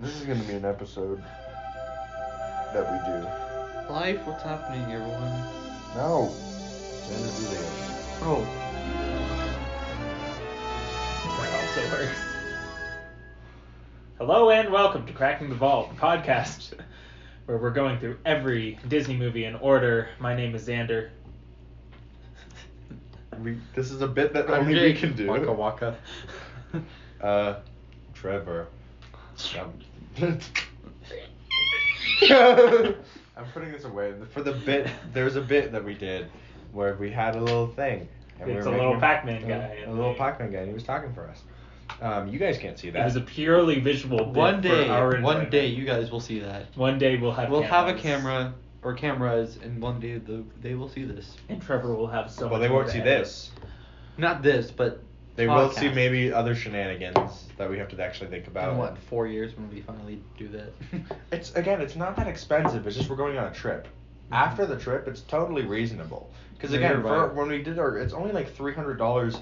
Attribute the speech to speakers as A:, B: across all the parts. A: This is gonna be an episode that we do.
B: Life, what's happening, everyone?
A: No. To interview the ocean.
B: Oh.
C: That also works. Hello and welcome to Cracking the Vault the podcast, where we're going through every Disney movie in order. My name is Xander.
A: We, this is a bit that
B: I'm
A: only
B: Jake.
A: we can do.
D: Waka waka.
A: Uh, Trevor. I'm, I'm putting this away for the bit. There's a bit that we did where we had a little thing. we
C: It's
A: were
C: a little
A: making
C: Pac-Man
A: a-
C: guy.
A: A little Pac-Man guy, and he was talking for us. Um, you guys can't see that.
C: It was a purely visual. bit
B: One
C: for
B: day,
C: our
B: one
C: enjoyment.
B: day you guys will see that.
C: One day we'll have.
B: We'll have a
C: cameras.
B: camera or cameras, and one day the, they will see this.
C: And Trevor will have so.
A: well,
C: much
A: they
C: more
A: won't
C: to
A: see
C: edit.
A: this.
B: Not this, but
A: They will
B: podcast.
A: see maybe other shenanigans that we have to actually think about.
B: in what four years when we finally do that.
A: It's again, it's not that expensive. It's just we're going on a trip. After the trip, it's totally reasonable. Because
B: Yeah,
A: again,
B: you're
A: for
B: right.
A: when we did our, it's only like three hundred dollars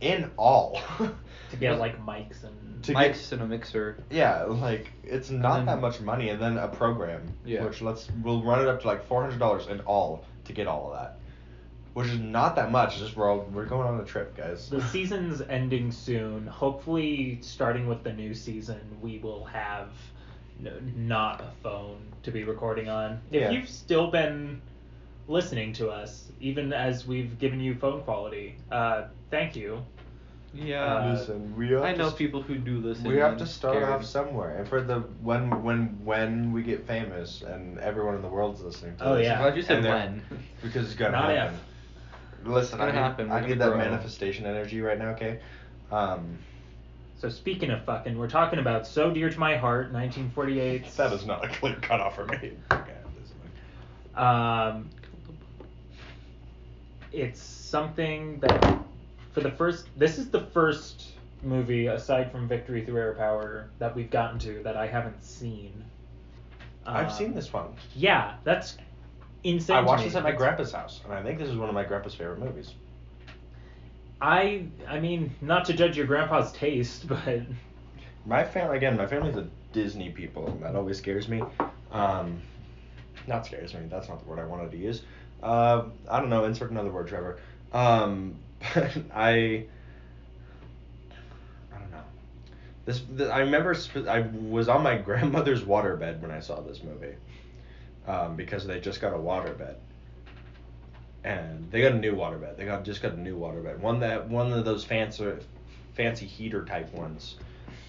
A: in all.
C: To get like mics and.
A: To-
B: mics and a mixer.
A: yeah, like it's not
B: And
A: that
B: then-
A: much money, and then a program,
B: Yeah.
A: which let's we'll run it up to like four hundred dollars in all to get all of that, which is not that much. It's just we're all, we're going on a trip, guys.
C: The season's ending soon. Hopefully, starting with the new season, we will have n- not a phone to be recording on. If
A: Yeah.
C: you've still been listening to us, even as we've given you phone quality, uh, thank you.
B: Yeah.
C: Uh,
A: Listen, we have
B: I
A: to
B: know
A: s-
B: people who do this.
A: We
B: and
A: have
B: I'm
A: to start
B: scared.
A: off somewhere, and for the when when when we get famous and everyone in the world's listening to
C: Oh,
A: this.
C: yeah.
B: I'm glad you said
A: and they're-
B: when.
A: Because it's gonna
C: Not if.
A: happen. Listen, I
B: gonna
A: need,
B: happen.
A: I
B: We're
A: need
B: gonna
A: that
B: grow.
A: manifestation energy right now, okay? Um,
C: So speaking of fucking, we're talking about "So Dear to My Heart," 1948.
A: that is not a clear cutoff for me. Okay, this one.
C: Um, it's something that for the first this is the first movie aside from victory through air power that we've gotten to that i haven't seen
A: I've
C: Um,
A: seen this one.
C: yeah that's insane
A: I
C: to
A: watched
C: me.
A: this at my
C: It's-
A: grandpa's house, and I think this is one of my grandpa's favorite movies.
C: i i mean not to judge your grandpa's taste but
A: My family again, my family's a Disney people, and that always scares me. Um, not scares me. That's not the word I wanted to use. Uh, I don't know. Insert another word, Trevor. Um, but I. I don't know. This, th I remember sp- I was on my grandmother's waterbed when I saw this movie, um, because they just got a waterbed. And they got a new waterbed. They got just got a new waterbed. One that one of those fancy, fancy heater type ones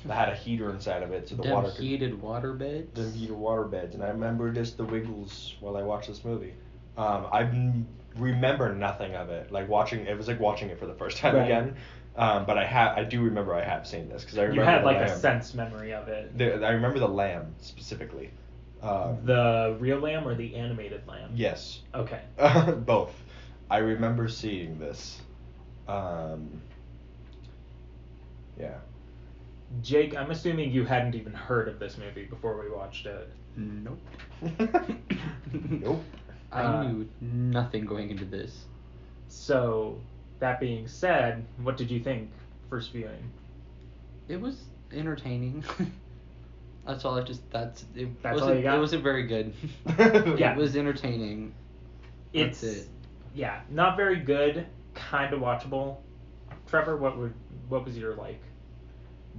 A: that had a heater inside of it, so the
B: Them
A: water could
B: heated water beds.
A: the Vita water beds, and I remember just the wiggles while I watched this movie. Um, I m- remember nothing of it. Like watching, it was like watching it for the first time
C: Right.
A: again. Um, but I have, I do remember I have seen this because I
C: you
A: remember
C: had
A: the
C: like a
A: lamb.
C: sense memory of it
A: The, I remember the lamb specifically. Um,
C: the real lamb or the animated lamb
A: yes,
C: okay
A: both. I remember seeing this. Um, yeah.
C: jake i'm assuming you hadn't even heard of this movie before we watched it
B: Nope.
A: nope.
B: I
C: Uh,
B: knew nothing going into this.
C: So, that being said, what did you think first viewing?
B: It was entertaining. that's all. I just that's it.
C: That's all
B: wasn't,
C: you got?
B: It wasn't very good.
C: Yeah.
B: It was entertaining.
C: It's
B: That's it.
C: yeah, not very good, kind of watchable. Trevor, what would what was your like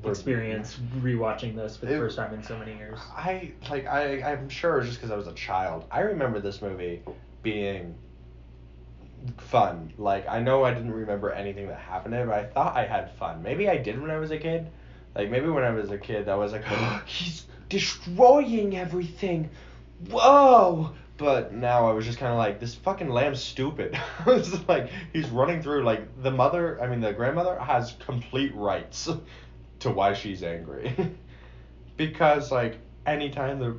C: experience rewatching this for the
A: It-
C: first time in so many years?
A: I like I I'm sure it's just because I was a child. I remember this movie being fun. Like I know I didn't remember anything that happened in it, but I thought I had fun. Maybe I did when I was a kid. Like maybe when I was a kid, I was like, he's destroying everything. Whoa! But now I was just kind of like, this fucking lamb's stupid. it's just like he's running through like the mother. I mean the grandmother has complete rights to why she's angry. because like anytime the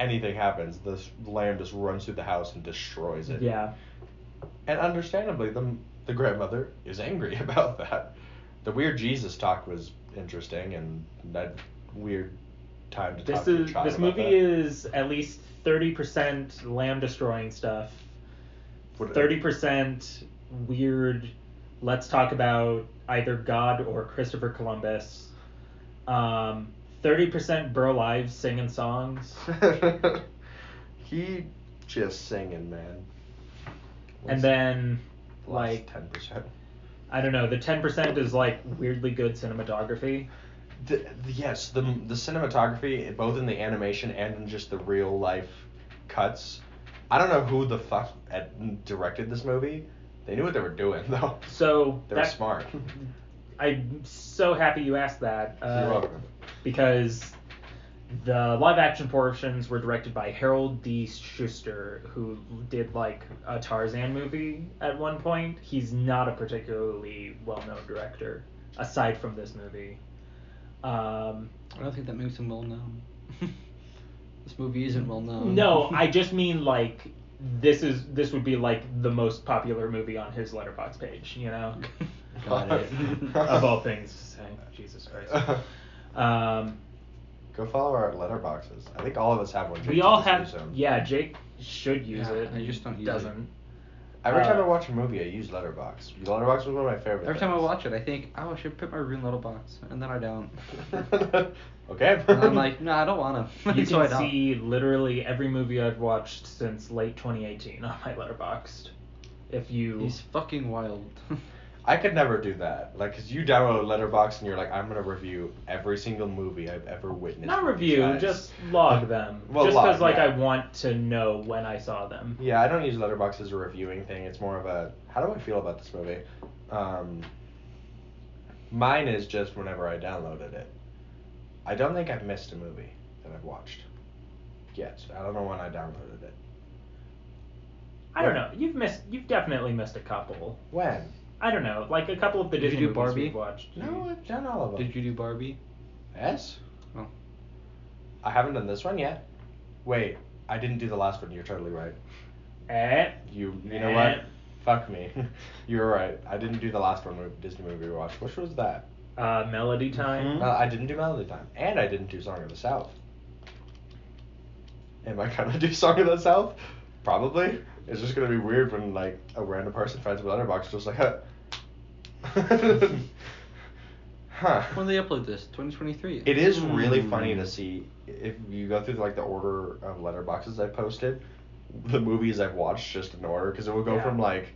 A: anything happens, this lamb just runs through the house and destroys it.
C: Yeah.
A: And understandably, the the grandmother is angry about that. The weird Jesus talk was interesting and that weird time to talk
C: This
A: to your
C: is
A: child
C: this
A: about
C: movie
A: that.
C: is at least 30% lamb destroying stuff.
A: What-
C: 30% weird let's talk about either God or Christopher Columbus. Um thirty percent bro lives singing songs,
A: he just singing, man.
C: and then like
A: ten percent.
C: I don't know, the ten percent is like weirdly good cinematography.
A: The, the- yes, the the cinematography, both in the animation and in just the real life cuts. I don't know who the fuck had directed this movie. They knew what they were doing though.
C: So
A: They were
C: that-
A: smart.
C: I'm so happy you asked that. Uh,
A: You're welcome.
C: Because the live action portions were directed by Harold D. Schuster, who did like a Tarzan movie at one point. He's not a particularly well known director, aside from this movie. Um,
B: I don't think that makes him well known. this movie isn't well known.
C: no, I just mean like this is this would be like the most popular movie on his letterbox page, you know?
B: Got it.
C: of all things to say. Jesus Christ. Um,
A: Go follow our letterboxes. I think all of us have one. Jake
C: we all
A: just
C: have.
A: used them.
C: Yeah, Jake should use
B: Yeah,
C: it.
B: I just don't use it.
C: doesn't.
A: Every time
C: uh,
A: I watch a movie, I use Letterbox. Letterbox was one of my favorite.
B: Every time I
A: things.
B: watch it, I think, oh, I should put my room in little box, and then I don't.
A: okay.
B: and I'm like, no, I don't want to.
C: You
B: so I
C: can
B: don't.
C: see literally every movie I've watched since late 2018 on my Letterboxd. If you
B: He's fucking wild.
A: I could never do that. Like, cause you download Letterbox and you're like, I'm gonna review every single movie I've ever witnessed.
C: not
A: with these
C: review,
A: guys."
C: just log them.
A: Well,
C: just
A: log,
C: because like
A: yeah.
C: I want to know when I saw them.
A: Yeah, I don't use Letterbox as a reviewing thing. It's more of a how do I feel about this movie? Um, mine is just whenever I downloaded it. I don't think I've missed a movie that I've watched yet. I don't know when I downloaded it.
C: I don't know. You've missed. You've definitely missed a couple.
A: When?
C: I don't know. Like a couple of the
B: Did you
C: Disney
B: do
C: movies
B: Barbie?
C: we've watched.
A: No, I've done all of them.
B: Did you do Barbie?
A: Yes.
B: Oh.
A: I haven't done this one yet. Wait, I didn't do the last one. You're totally right.
C: Eh?
A: You you know
C: Nah.
A: what? Fuck me. You're right. I didn't do the last one with Disney movie we watched. Which was that?
C: Uh, Melody Time.
B: Uh,
A: Well, Uh, I didn't do Melody Time, and I didn't do Song of the South. Am I gonna do Song of the South? Probably. It's just gonna be weird when like a random person finds a letterbox just like, huh. huh.
B: When they upload this, 2023.
A: It is really
C: Hmm.
A: funny to see if you go through like the order of letterboxes I posted, the movies I've watched just in order because it will go
C: Yeah.
A: from like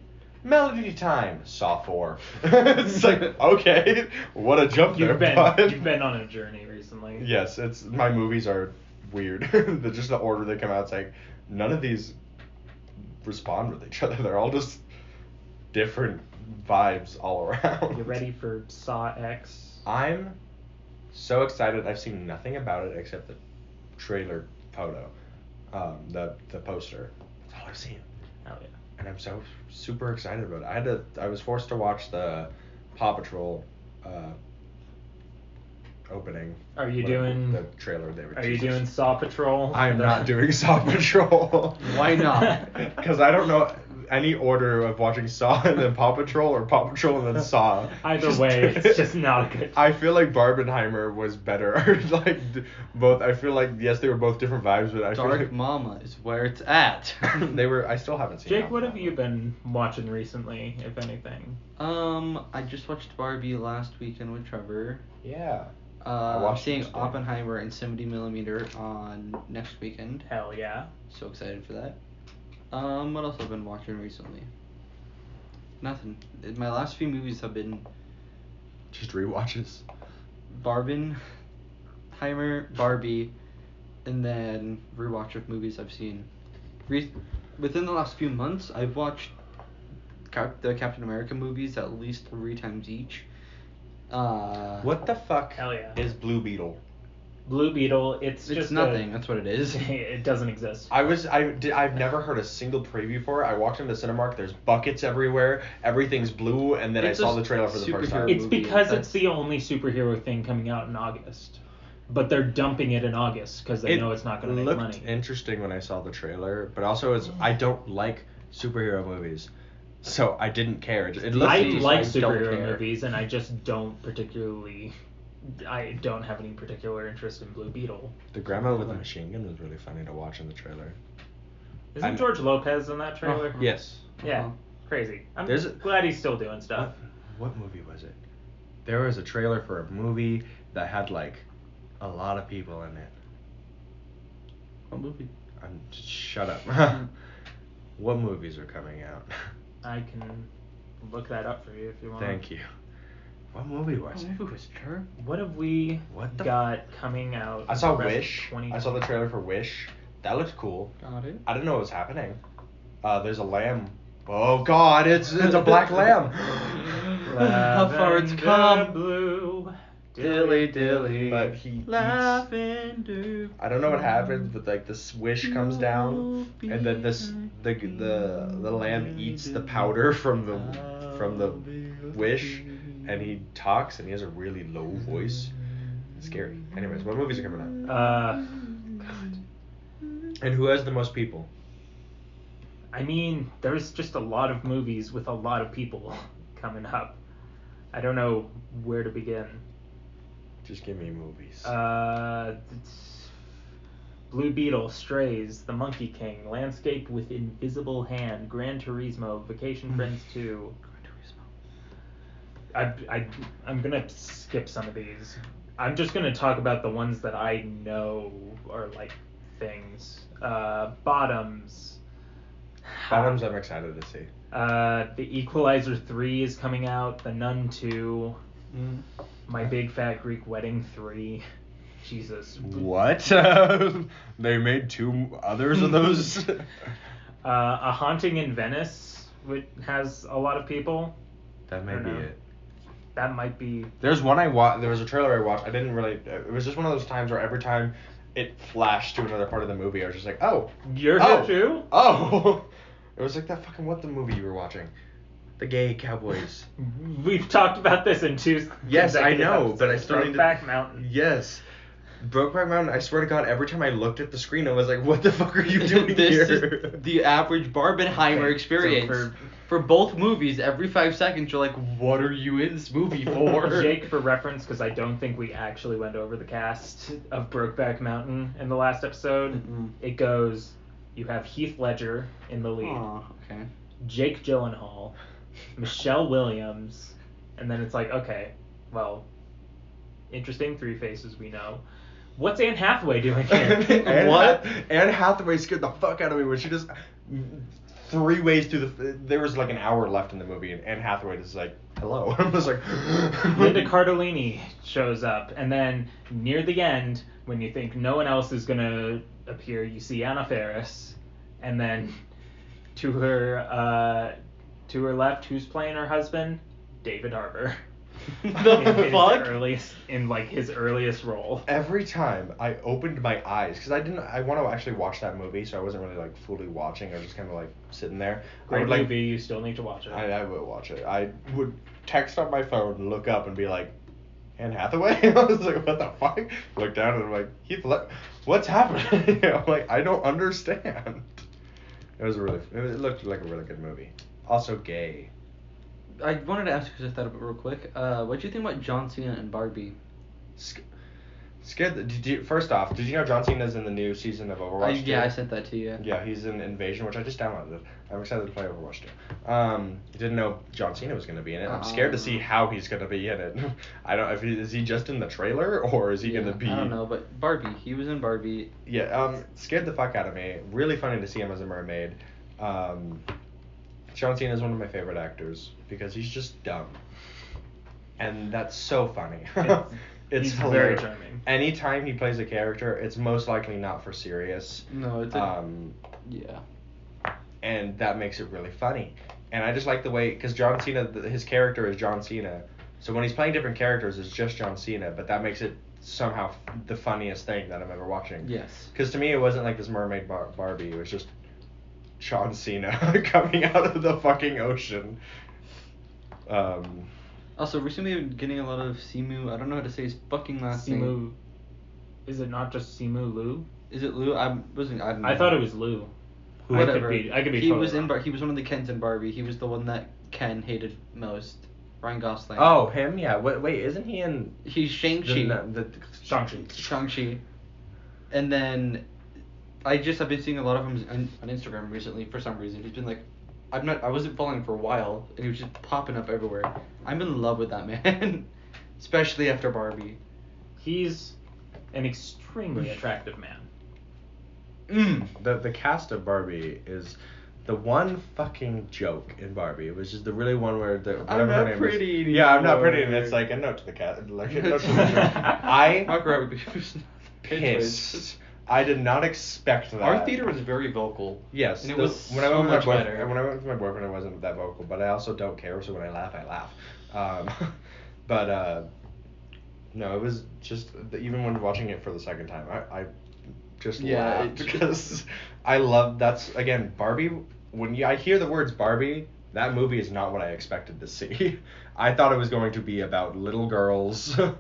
A: Melody Time, Saw Four. it's like okay, what a jump there.
C: You've been
A: bud.
C: you've been on a journey recently.
A: Yes, it's my movies are weird. the just the order they come out. It's like none of these respond with each other. They're all just different vibes all around.
C: You ready for Saw X?
A: I'm so excited. I've seen nothing about it except the trailer photo, um, the the poster. That's all I've seen,
C: Oh yeah.
A: and I'm so super excited about it. I had to. I was forced to watch the Paw Patrol uh, opening.
C: Are you
A: whatever,
C: doing-
A: the trailer? They were
C: Are you
A: teasing.
C: doing Saw Patrol?
A: I'm
C: The-
A: not doing Saw Patrol.
B: Why not?
A: Because I don't know any order of watching Saw and then Paw Patrol or Paw Patrol and then Saw.
C: Either way, it's just not a good-
A: I feel like Barbenheimer was better. like d- both, I feel like yes, they were both different vibes, but I
B: Dark
A: feel
B: Mama is where it's at.
A: like they were. I still haven't seen.
C: Jake,
A: Alpha
C: what have
A: Male.
C: you been watching recently, if anything?
B: Um, I just watched Barbie last weekend with Trevor.
A: Yeah. I
B: Uh, I'm
A: watched it
B: seeing
A: today.
B: Oppenheimer and 70 millimeter on next weekend.
C: Hell yeah.
B: So excited for that. Um, what else have I been watching recently? Nothing. My last few movies have been
A: Just rewatches.
B: Barbenheimer, Barbie, and then rewatch of movies I've seen. Re- within the last few months, I've watched Cap- the Captain America movies at least three times each. Uh,
A: What the fuck?
C: Hell yeah.
A: Is Blue Beetle?
C: Blue Beetle, it's,
B: It's,
C: just a-
B: nothing. That's what it is.
C: it doesn't exist.
A: I was I did, I've never heard a single preview for it. I walked into Cinemark. There's buckets everywhere. Everything's blue, and then
B: It's
A: I
B: a
A: saw the trailer for the first
B: superhero
A: time.
C: It's
B: movie,
C: because
B: that's-
C: it's the only superhero thing coming out in August. But they're dumping it in August because they know it's not going to make
A: looked
C: money.
A: interesting when I saw the trailer, but also it's I don't like superhero movies, so I didn't care. It, it looked
C: I
A: decent,
C: like
A: I don't
C: superhero
A: care.
C: movies, and I just don't particularly. I don't have any particular interest in Blue Beetle.
A: The grandma with the machine gun was really funny to watch in the trailer.
C: Isn't
A: I'm- Oh,
C: George Lopez in that trailer?
B: Uh-huh.
A: Yes.
C: Yeah,
B: Uh-huh.
C: crazy. I'm
A: There's a-
C: glad he's still doing stuff.
A: What, what movie was it? There was a trailer for a movie that had like a lot of people in it.
B: What movie?
A: I'm just, shut
B: Mm-hmm.
A: up. what movies are coming out?
C: I can look that up for you if you want.
A: Thank you. What movie was
B: What
A: it?
B: movie was Her?
C: What have we
A: What the-
C: got coming out?
A: I saw
C: the rest of
A: Wish.
C: 20
A: I saw the trailer for Wish. That looked cool.
B: Got it.
A: I didn't know what was happening. Uh, there's a lamb. Oh God! It's it's a black lamb.
B: How far it's
C: Lavender
B: come.
C: Blue.
B: Dilly dilly.
A: But he eats-
B: Lavender.
A: I don't know what happens, but like this wish comes down, and then this the the the lamb eats the powder from the from the wish, and he talks and he has a really low voice. It's scary. Anyways, what movies are coming out?
C: Uh,
A: And who has the most people?
C: I mean, there's just a lot of movies with a lot of people coming up. I don't know where to begin.
A: Just give me movies.
C: Uh, it's Blue Beetle, Strays, The Monkey King, Landscape with Invisible Hand, Gran Turismo,
B: Hmm.
C: Vacation Friends 2. I, I, I'm gonna skip some of these. I'm just gonna talk about the ones that I know are like things. Uh, bottoms.
A: Bottoms, I'm excited to see.
C: Uh, the Equalizer 3 is coming out, The Nun 2,
B: Mm.
C: My Big Fat Greek Wedding 3. Jesus.
A: What? they made two others of those.
C: Uh, a Haunting in Venice, which has a lot of people.
A: that may
C: Or
A: be
C: no.
A: it.
C: That might be.
A: There's one I watched. There was a trailer I watched. I didn't really. It was just one of those times where every time it flashed to another part of the movie, I was just like, oh,
C: You're
A: oh,
C: here too?
A: Oh, it was like that fucking what the movie you were watching, the gay cowboys.
C: We've talked about this in two.
A: yes, I
C: consecutive
A: know, but I
C: episodes.
A: still need to-
C: Brokeback Mountain.
A: Yes. Brokeback Mountain. I swear to God, every time I looked at the screen, I was like, "What the fuck are you doing
B: this
A: here?"
B: is the average Barbenheimer
A: Okay,
B: experience.
A: so for-
B: for, both movies, every five seconds you're like, what are you in this movie for?
C: Jake, for reference, because I don't think we actually went over the cast of Brokeback Mountain in the last episode,
B: Mm-mm.
C: it goes you have Heath Ledger in the lead,
B: Aw, okay.
C: Jake Gyllenhaal, Michelle Williams, and then it's like, okay, well, interesting three faces we know. What's Anne Hathaway doing here?
A: Anne
B: What?
A: Hath- Anne Hathaway scared the fuck out of me when she just three ways through the. There was like an hour left in the movie, and Anne Hathaway is like, "Hello." I was like,
C: Linda Cardellini shows up, and then near the end, when you think no one else is gonna appear, you see Anna Faris, and then to her uh, to her left, who's playing her husband? David Harbour. in
B: the
C: his
B: fuck?
C: Earliest in like his earliest role.
A: Every time I opened my eyes, because I didn't, I want to actually watch that movie, so I wasn't really like fully watching. I was just kind of like sitting there. I
C: Great
A: would, like,
C: movie, you still need to watch it.
A: I, I would watch it. I would text on my phone, look up, and be like, Anne Hathaway? I was like, what the fuck? Look down, and I'm like, Heath Le- what's happening? I'm like, I don't understand. It was a really, it, was- it looked like a really good movie. Also gay.
B: I wanted to ask because I thought of it real quick. Uh, what do you think about John Cena and Barbie?
A: Sc- scared. The, did you, first off, did you know John Cena's in the new season of Overwatch?
B: I, Oh, yeah,
A: too?
B: I sent that to you.
A: Yeah, he's in Invasion, which I just downloaded. I'm excited to play Overwatch 2. Um, didn't know John Cena was gonna be in it. I'm scared to see
B: Oh.
A: how he's gonna be in it. I don't. If he, is he just in the trailer or is he
B: Yeah,
A: gonna be?
B: I don't know, but Barbie. He was in Barbie.
A: Yeah. Um, scared the fuck out of me. Really funny to see him as a mermaid. Um, John Cena is one of my favorite actors because he's just dumb, and that's so funny.
C: It's-
A: it's
C: he's
A: hilarious.
C: very charming.
A: Anytime he plays a character, it's most likely not for serious.
B: No, it's a,
A: Um,
B: yeah.
A: and that makes it really funny. And I just like the way because John Cena, th his character is John Cena, so when he's playing different characters, it's just John Cena. But that makes it somehow f- the funniest thing that I'm ever watching.
B: Yes.
A: Because to me, it wasn't like this mermaid bar- Barbie. It was just John Cena coming out of the fucking ocean. Um,
B: Also, recently I've been getting a lot of Simu. I don't know how to say his fucking last name.
C: Simu. Is it not just Simu Lu?
B: Is it Lou? I wasn't. I, don't
C: I
B: know.
C: thought it was Lu.
B: Whatever.
C: I could be. I could be.
B: he
C: totally
B: was in.
C: wrong.
B: Bar- he was one of the Kens in Barbie. He was the one that Ken hated most. Ryan Gosling.
A: oh, him? Yeah. Wait, wait isn't he in
B: He's Shang Chi.
A: the, the,
C: Shang-Chi.
B: Shang Chi. And then, I just have been seeing a lot of him on, on Instagram recently. For some reason, he's been like, I'm not. I wasn't following for a while, and he was just popping up everywhere. I'm in love with that man, especially after Barbie.
C: He's an extremely attractive man.
B: Mm.
A: the the cast of Barbie is the one fucking joke in Barbie, which is the really one where the whatever
B: I'm
A: her
B: not
A: name
B: pretty
A: is. Yeah, I'm not pretty, and
B: anymore.
A: it's like a note to the cast. Like, a note to the joke. I
B: Mark Roberts.
A: pissed. I did not expect that.
B: Our theater was very vocal.
A: Yes,
B: and it
A: the-
B: was
A: when I
B: so
A: went with my
B: much
A: boyf-
B: better.
A: When I went with my boyfriend, I wasn't that vocal, but I also don't care. So when I laugh, I laugh. Um, but uh, no, it was just the, even when watching it for the second time, I, I just
B: Yeah,
A: laughed
B: it just-
A: because I love that's again Barbie. When you, I hear the words Barbie, that movie is not what I expected to see. I thought it was going to be about little girls.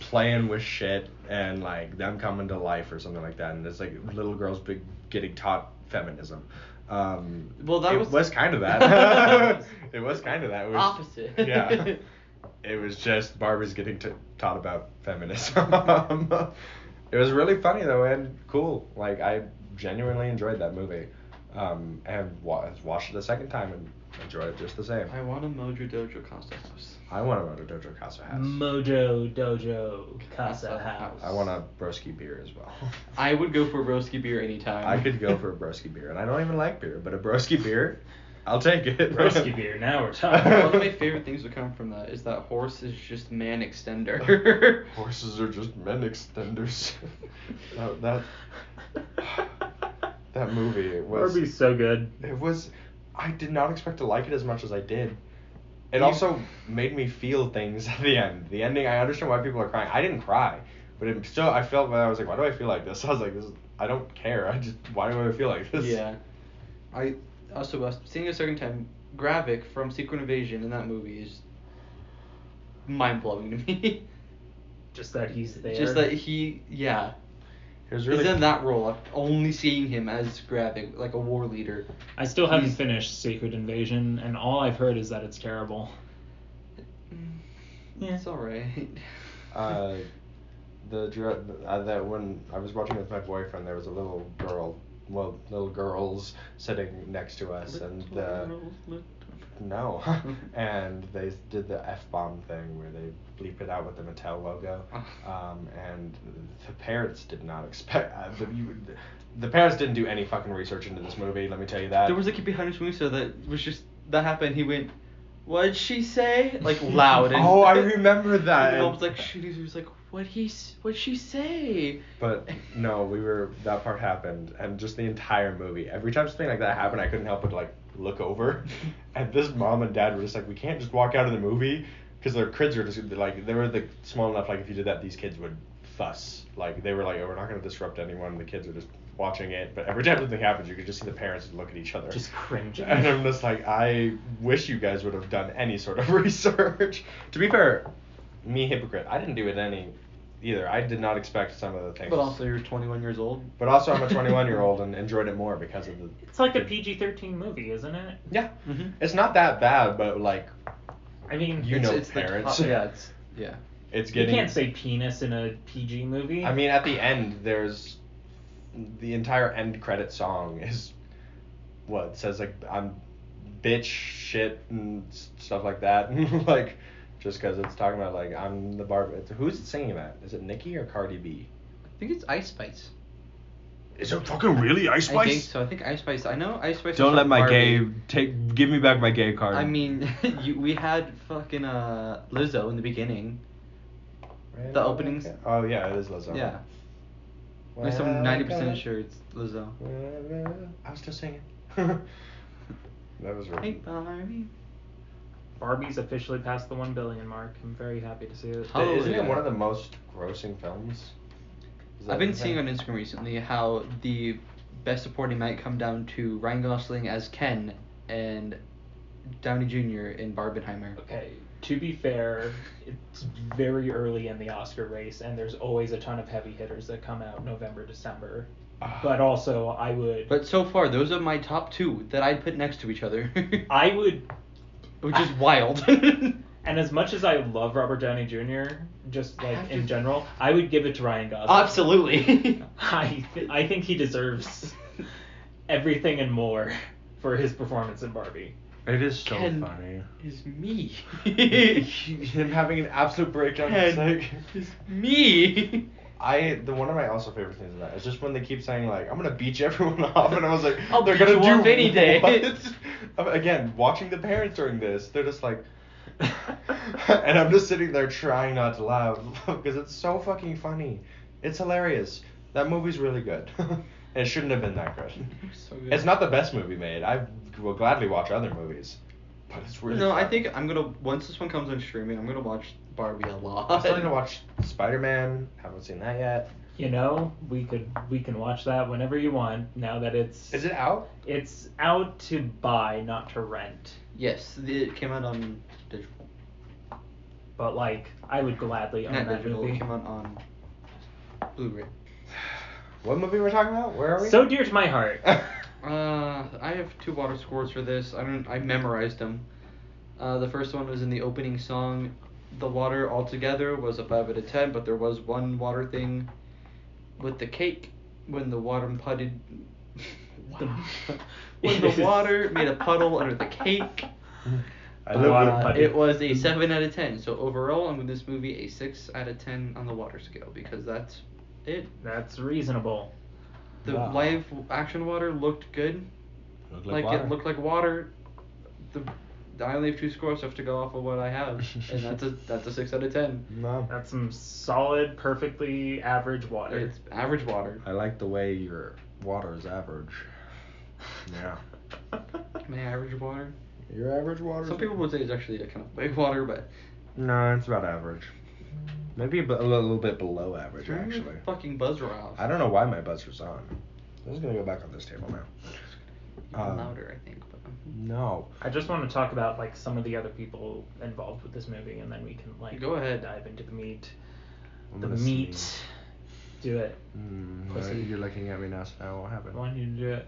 A: playing with shit and like them coming to life or something like that and it's like little girls be- getting taught feminism um
B: Well, that
A: it
B: was-
A: kind of that it was kind of that it was,
B: Opposite.
A: yeah it was just barbie's getting t- taught about feminism it was really funny though and cool like i genuinely enjoyed that movie um and wa- watched it a second time and enjoyed it just the same
B: I want a Mojo Dojo Costa house.
A: i want to go to dojo casa house
C: Mojo Dojo Casa
B: Casa
C: House.
A: i want a broski beer as well
B: I would go for roasty beer anytime.
A: I could go for a broski beer, and I don't even like beer, but a broski beer, I'll take it.
C: Broski beer, now we're talking.
B: One of my favorite things that come from that is that horse is just man extender.
A: Horses are just men extenders. that, that that movie it was.
C: Barbie's so good.
A: It was. I did not expect to like it as much as I did. It
B: You-
A: also made me feel things at the end. The ending. I understand why people are crying. I didn't cry, but it still. I felt. I was like, why do I feel like this? I was like, this. Is, I don't care. I just. Why do I feel like this?
B: yeah. I also uh, seeing a second time Gravik from Secret Invasion in that movie is mind blowing to me.
C: Just that he's there.
B: Just that he yeah.
A: It was really.
B: He's in that role. Like, only seeing him as Gravik, like a war leader.
C: I still haven't
B: He's-
C: finished Secret Invasion, and all I've heard is that it's terrible.
B: Mm,
C: Yeah.
B: It's alright.
A: Uh, the dir- uh, that when I was watching with my boyfriend, there was a little girl, well, little girls sitting next to us, and uh, no, and they did the f bomb thing where they bleep it out with the Mattel logo, um, and the parents did not expect uh, the, you, the parents didn't do any fucking research into this movie. Let me tell you that
B: There was a kid behind us when we saw that was just that happened. He went, "What'd she say?" Like loud. And
A: Oh, I remember that.
B: And I was like, "Shit!" He was like, "What he? s- What'd she say?"
A: But no, we were that part happened, and just the entire movie. Every time something like that happened, I couldn't help but like look over, and this mom and dad were just like, we can't just walk out of the movie because their kids are just like they were the small enough like if you did that these kids would fuss like they were like oh we're not gonna disrupt anyone the kids are just watching it but every time something happens you could just see the parents look at each other
C: Just cringing.
A: and I'm just like I wish you guys would have done any sort of research to be fair me hypocrite I didn't do it any either I did not expect some of the things
B: But also, you're 21 years old.
A: but also, I'm a 21 year old and enjoyed it more because of the.
C: It's like a PG 13 movie, isn't it?
A: Yeah.
C: Mm-hmm.
B: Mhm.
A: It's not that bad, but like,
C: I mean,
A: You
B: it's,
A: know
B: it's the
A: parents.
B: top- yeah, it's yeah.
A: it's getting.
C: You can't say penis in a PG movie.
A: I mean, at the end, there's. The entire end credit song is. What? It says, like, I'm bitch, shit, and s- stuff like that. like, just because it's talking about, like, I'm the barber. It's, who's it singing that? Is it Nicki or Cardi B?
B: I think it's Ice Spice.
A: Is it fucking really Ice
B: I think so. I think Ice Spice. I know Ice Spice. is
A: Don't let
B: from
A: my
B: Barbie.
A: gay. Take, give me back my gay card.
B: I mean, you, we had fucking uh Lizzo in the beginning. the openings-
A: Oh, yeah, it is Lizzo.
B: Yeah. Like some 90% sure it's Lizzo.
A: I was still singing. that was
B: Hey
A: really.
B: Barbie.
C: Barbie's officially past the 1 billion mark. I'm very happy to see it.
B: How-
A: Isn't it
B: Hallelujah.
A: one of the most grossing films? Is
B: I've
A: that
B: been
A: the
B: seeing on
A: thing?
B: Instagram recently how the best supporting might come down to Ryan Gosling as Ken and Downey Jr. in Barbenheimer.
C: Okay, to be fair, it's very early in the Oscar race, and there's always a ton of heavy hitters that come out November, December.
A: Ah.
C: But also, I would.
B: But so far, those are my top two that I'd put next to each other,
C: I would.
B: which is wild. Obviously,
C: And as much as I love Robert Downey Jr., just
B: I
C: like
B: have
C: in
B: to-
C: general, I would give it to Ryan Gosling. I th- I think he deserves everything and more for his performance in Barbie.
A: It is so
B: Ken
A: funny.
B: is me.
A: Him having an absolute breakdown.
B: Ken
A: It's like,
B: is me.
A: I the one of my also favorite things about it is just when they keep saying like I'm gonna beach everyone off and I was like
C: I'll
A: they're
C: beat
A: gonna
C: you
A: do
C: off any day.
A: what? Again, watching the parents during this, they're just like, and I'm just sitting there trying not to laugh because it's so fucking funny. It's hilarious. That movie's really good. it shouldn't have been that good.
B: So good.
A: It's not the best movie made. I will gladly watch other movies, but it's really.
B: no, I
A: fun.
B: think I'm gonna once this one comes on streaming, I'm gonna watch Barbie a lot.
A: I'm starting to watch Spider Man. Haven't seen that yet.
C: You know, we could we can watch that whenever you want. Now that it's
A: Is it out?
C: it's out to buy, not to rent.
B: Yes, it came out on digital.
C: But like, I would gladly own
B: Not
C: that
B: digital. It
C: movie.
B: came out on Blu-ray.
A: What movie we're talking about? Where are we?
C: So dear to my heart.
B: Uh, I have two water scores for this. I don't. I memorized them. Uh, the first one was in the opening song. The water altogether was a five out of ten, but there was one water thing with the cake when the water putted. when the water made a puddle under the cake.
A: I
C: The water
A: love
B: Uh,
C: putty.
B: it was a seven out of ten. So overall, I'm giving this movie a six out of ten on the water scale because that's it.
C: That's reasonable.
B: The
A: Wow.
B: live action water looked good.
A: Looked
B: like,
A: water.
B: it looked like water. The I only have two scores so I have to go off of what I have, and that's a that's a six out of ten.
A: No.
C: That's some solid, perfectly average water.
B: It's average water.
A: I like the way your water is average. Yeah.
B: My average water.
A: Your average water.
B: Some people would say it's actually a kind of big water, but
A: No, it's about average. Maybe a, bu- a little bit below average
B: Turn your
A: actually.
B: fucking buzzer off.
A: I don't know why my buzzer's on. This is gonna go back on this table now.
B: Even
A: um,
B: louder, I think. But
A: No.
C: I just want to talk about like some of the other people involved with this movie, and then we can like
B: Go ahead.
C: dive into the meat.
A: I'm
C: the
A: gonna
C: meat.
A: sneeze.
C: Do it.
A: Mm, no,
C: Pussy.
A: you're looking at me now, so now what
C: I
A: happened?
C: want you to do it.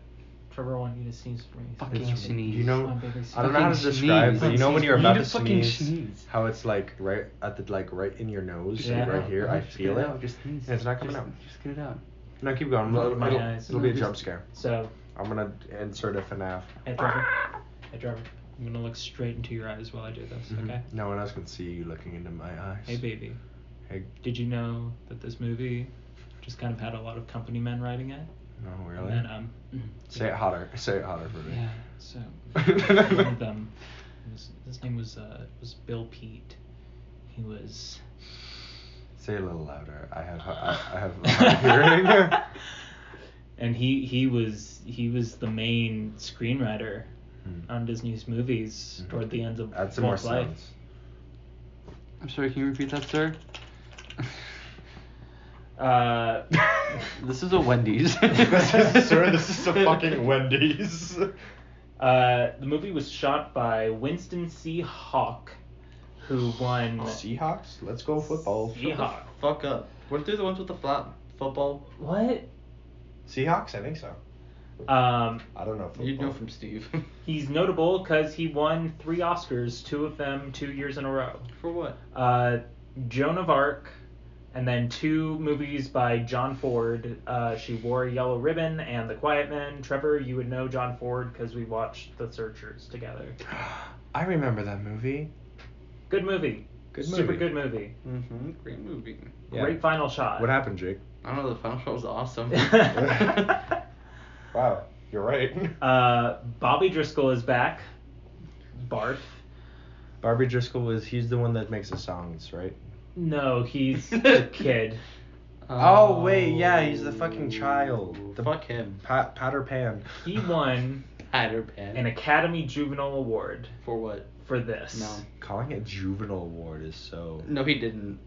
C: Trevor, I want you to sneeze for me.
B: Fucking
A: It's-
B: sneeze.
A: You
C: My
A: know,
C: baby
A: I don't know how to
B: Fucking
A: describe,
B: sneeze.
A: but you know when you're
B: You
A: about
B: need
A: to
B: to fucking
A: sneeze,
B: sneeze.
A: how it's like right at the like right in your nose,
C: Yeah.
A: like right here. I
B: Just
A: feel
B: get
A: it.
B: out, Just sneeze.
A: It's not coming
B: Just-
A: out.
B: Just get it out.
A: No, keep going.
C: Look
A: It'll,
C: at my
A: it'll-
C: eyes.
A: it'll be a
B: Just-
A: jump scare.
C: So,
A: I'm gonna insert a FNAF.
C: hey Trevor, hey Trevor, I'm gonna look straight into your eyes while I do this,
A: Mhm.
C: okay?
A: No one else can see you looking into my eyes.
C: Hey baby,
A: Hey,
C: did you know that this movie just kind of had a lot of company men writing it?
A: no,
C: And
A: really?
C: then um.
A: Say it hotter. Say it hotter for me.
C: Yeah. So one of them, his, his name was uh was Bill Pete. He was.
A: Say it a little louder. I have I, I have hard hearing.
C: And he he was he was the main screenwriter
A: Hmm.
C: on Disney's movies
A: Mhm.
C: toward the end of
A: Add some more
C: Walt's life.
A: sounds.
B: I'm sorry. Can you repeat that, sir?
C: Uh,
B: this is a Wendy's.
A: this is, sir, this is a fucking Wendy's.
C: uh, the movie was shot by Winston C. Hawk, who
A: Oh,
B: Oh.
C: won.
A: Seahawks? Let's go football.
B: Shut the
C: Yeehaw.
B: fuck up. Weren't they the ones with the flat football?
C: What?
A: Seahawks? I think so.
C: Um,
A: I don't know. Football.
B: You know from Steve.
C: he's notable because he won three Oscars, two of them two years in a row.
B: For what?
C: uh, Joan of Arc, and then two movies by John Ford. Uh, she wore a yellow ribbon and The Quiet Men. Trevor, you would know John Ford because we watched The Searchers together.
A: I remember that movie.
C: Good movie.
A: Good
C: Super
A: movie.
C: good movie.
B: Mm-hmm. Great movie.
A: Yeah.
C: Great final
B: Uh,
C: shot.
A: What happened, Jake?
B: I don't know. The final shot was awesome.
A: Wow, you're right.
C: uh, Bobby Driscoll is back. Barf.
A: Barbie Driscoll is he's the one that makes the songs, right?
C: No, he's the kid.
A: Oh, wait, yeah, he's the fucking child. The-
B: fuck him.
A: Pat Patter Pan.
C: He won
B: Hatter pan.
C: an Academy Juvenile Award
B: For what?
C: for this.
B: No.
A: Calling it juvenile award is so.
B: No, he didn't.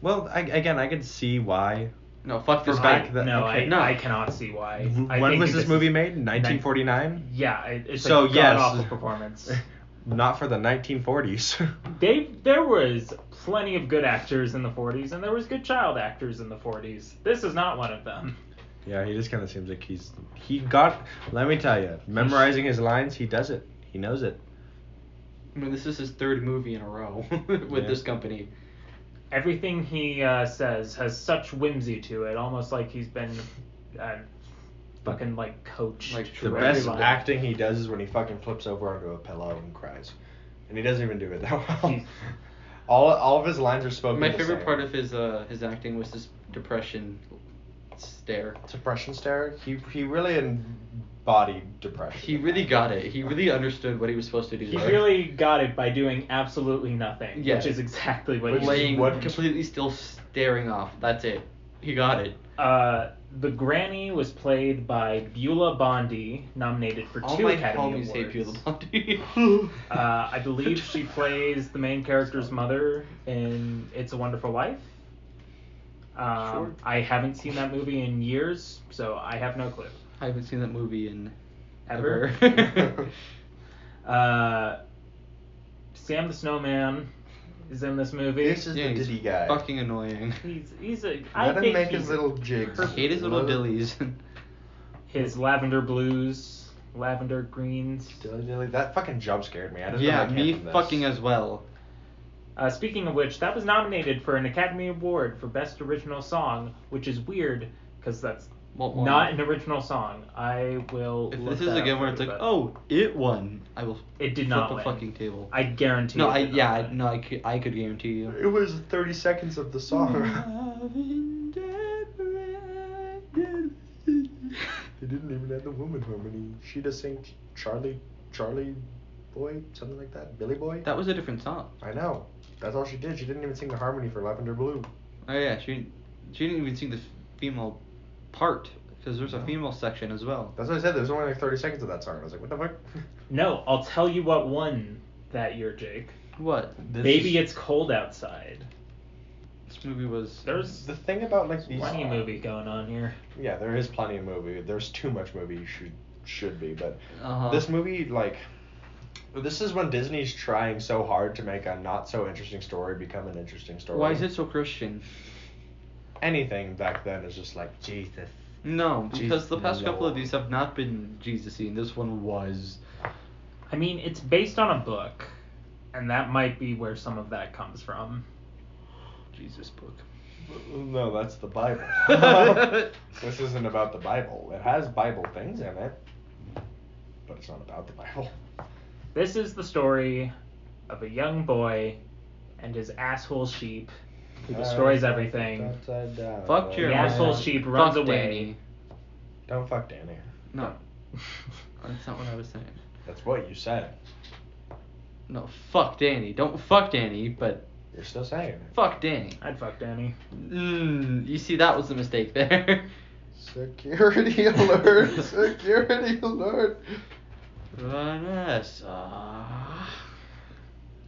A: Well, I, again, I could see why.
B: No, fuck this
A: For
B: guy.
A: back the-
C: no,
A: okay.
C: I,
B: No.
C: I cannot see why. I
A: when
C: think
A: was
C: it
A: this
C: is-
A: movie made? 1949.
C: Yeah, it- it's
A: So,
C: a god awful
A: yes.
C: performance.
A: Not for the 1940s.
C: they there was plenty of good actors in the 40s, and there was good child actors in the 40s. This is not one of them.
A: yeah, he just kind of seems like he's he got. Let me tell you, memorizing his lines, he does it. He knows it.
B: I mean, this is his third movie in a row with
A: Yeah.
B: this company.
C: Everything he uh, says has such whimsy to it, almost like he's been uh, fucking like coached.
B: Like,
C: through
A: The
B: True.
A: best
C: every line.
A: acting he does is when he fucking flips over onto a pillow and cries, and he doesn't even do it that well.
C: He's-
A: All all of his lines are spoken.
B: Hmm. My
A: the
B: favorite
A: same.
B: part of his uh his acting was this depression stare.
A: depression stare. He he really embodied depression.
B: He really got it. He really understood what he was supposed to do.
C: He
B: there.
C: really got it by doing absolutely nothing,
B: Yeah.
C: which is exactly what
A: Which
C: he
A: is
B: laying
A: what-
B: completely still, staring off. That's it. He got it.
C: Uh, the granny was played by Beulah Bondi, nominated for
B: All
C: two
B: my
C: Academy
B: homies hate
C: Awards.
B: Peter Bondi.
C: Uh, I believe she plays the main character's mother in It's a Wonderful Life. Um,
B: Sure.
C: I haven't seen that movie in years, so I have no clue.
B: I haven't seen that movie in
C: Ever? Uh, Sam the Snowman is in this movie.
A: This is
B: Yeah,
A: the
B: he's
A: Diddy guy.
B: Fucking annoying.
C: He's he's a. I
A: Let him
C: think
A: make his
C: he's
A: little jigs.
C: perfect.
B: Hate his little
A: Love-
B: dillies.
C: His lavender blues, lavender greens.
A: Dilly dilly. That fucking jump scared me. I didn't
B: yeah,
A: know I
B: me
A: came from this.
B: fucking as well.
C: Uh, speaking of which, that was nominated for an Academy Award for Best Original Song, which is weird because that's
B: Won't want
C: not
B: it.
C: an original song. I will.
B: If
C: look
B: this is
C: that
B: a
C: up
B: game where
C: for
B: it's
C: you,
B: like,
C: but
B: oh, it won, I will.
C: It
B: flip
C: did not
B: the
C: win.
B: fucking table.
C: I guarantee.
B: no,
C: it
B: I
C: did not
B: yeah, I-
C: win.
B: no, I could, I could guarantee you.
A: It was 30 seconds of the song.
C: Mm.
A: they didn't even have the woman harmony. She just sang Ch- Charlie, Charlie Boy, something like that. Billy Boy.
B: That was a different song.
A: I know. That's all she did. She didn't even sing the harmony for Lavender Blue.
B: Oh yeah, she she didn't even sing the female part because there's a
A: No.
B: female section as well.
A: Oh. That's what I said. There's only like 30 seconds of that song. I was like, what the fuck?
C: No, I'll tell you what won that year, Jake.
B: What?
A: This
C: Baby,
A: is-
C: it's cold outside.
B: This movie was.
C: There's
A: The thing about like these.
C: plenty of movie going on here.
A: Yeah, there is plenty of movie. There's too much movie you should should be, but
B: Uh-huh.
A: this movie like this is when Disney's trying so hard to make a not so interesting story become an interesting story.
B: Why is it so Christian?
A: Anything back then is just like Jesus.
B: No,
A: Jesus,
B: because the past couple of
A: no.
B: these have not been Jesus-y, and this one was.
C: I mean, it's based on a book, and that might be where some of that comes from.
B: Jesus book.
A: No, that's the Bible. this isn't about the Bible. It has Bible things in it, but it's not about the Bible.
C: This is the story of a young boy and his asshole sheep who destroys
A: Uh,
C: everything.
A: Upside down.
B: Fuck
C: The
B: your
C: asshole
B: man.
C: sheep
B: Fuck
C: runs away.
B: Danny.
A: Don't fuck Danny.
B: No, that's not what I was saying.
A: That's what you said.
B: No, fuck Danny. Don't fuck Danny, but
A: You're still saying it.
B: fuck Danny.
C: I'd fuck Danny.
B: Mm, you see, that was the mistake there.
A: Security alert! Security alert!
B: Vanessa.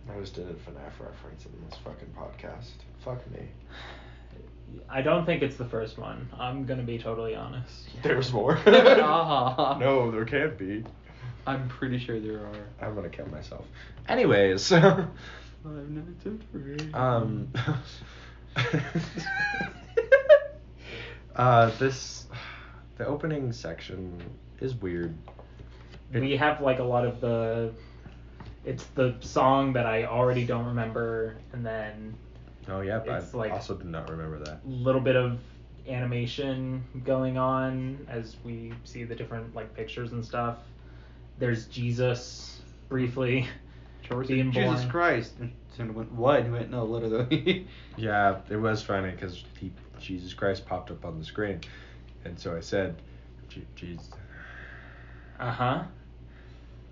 A: I just did a FNAF reference in this fucking podcast. Fuck me.
C: I don't think it's the first one. I'm gonna be totally honest.
A: There's more.
C: Uh-huh.
B: Ah.
A: no, there can't be.
B: I'm pretty sure there are.
A: I'm gonna kill myself. Anyways,
B: Five nights at Freddy's.
A: um, uh, this the opening section is weird. It-
C: we have like a lot of the. It's the song that I already don't remember, and then
A: Oh yeah, but
C: It's
A: I
C: like-
A: also did not remember that.
C: a little bit of animation going on as we see the different like pictures and stuff. There's Jesus briefly. being born.
B: Jesus Christ. And Sandra went, what? And he went, no, literally.
A: Yeah, it was funny because he Jesus Christ popped up on the screen, and so I said, "Je- "Jesus."
C: Uh huh.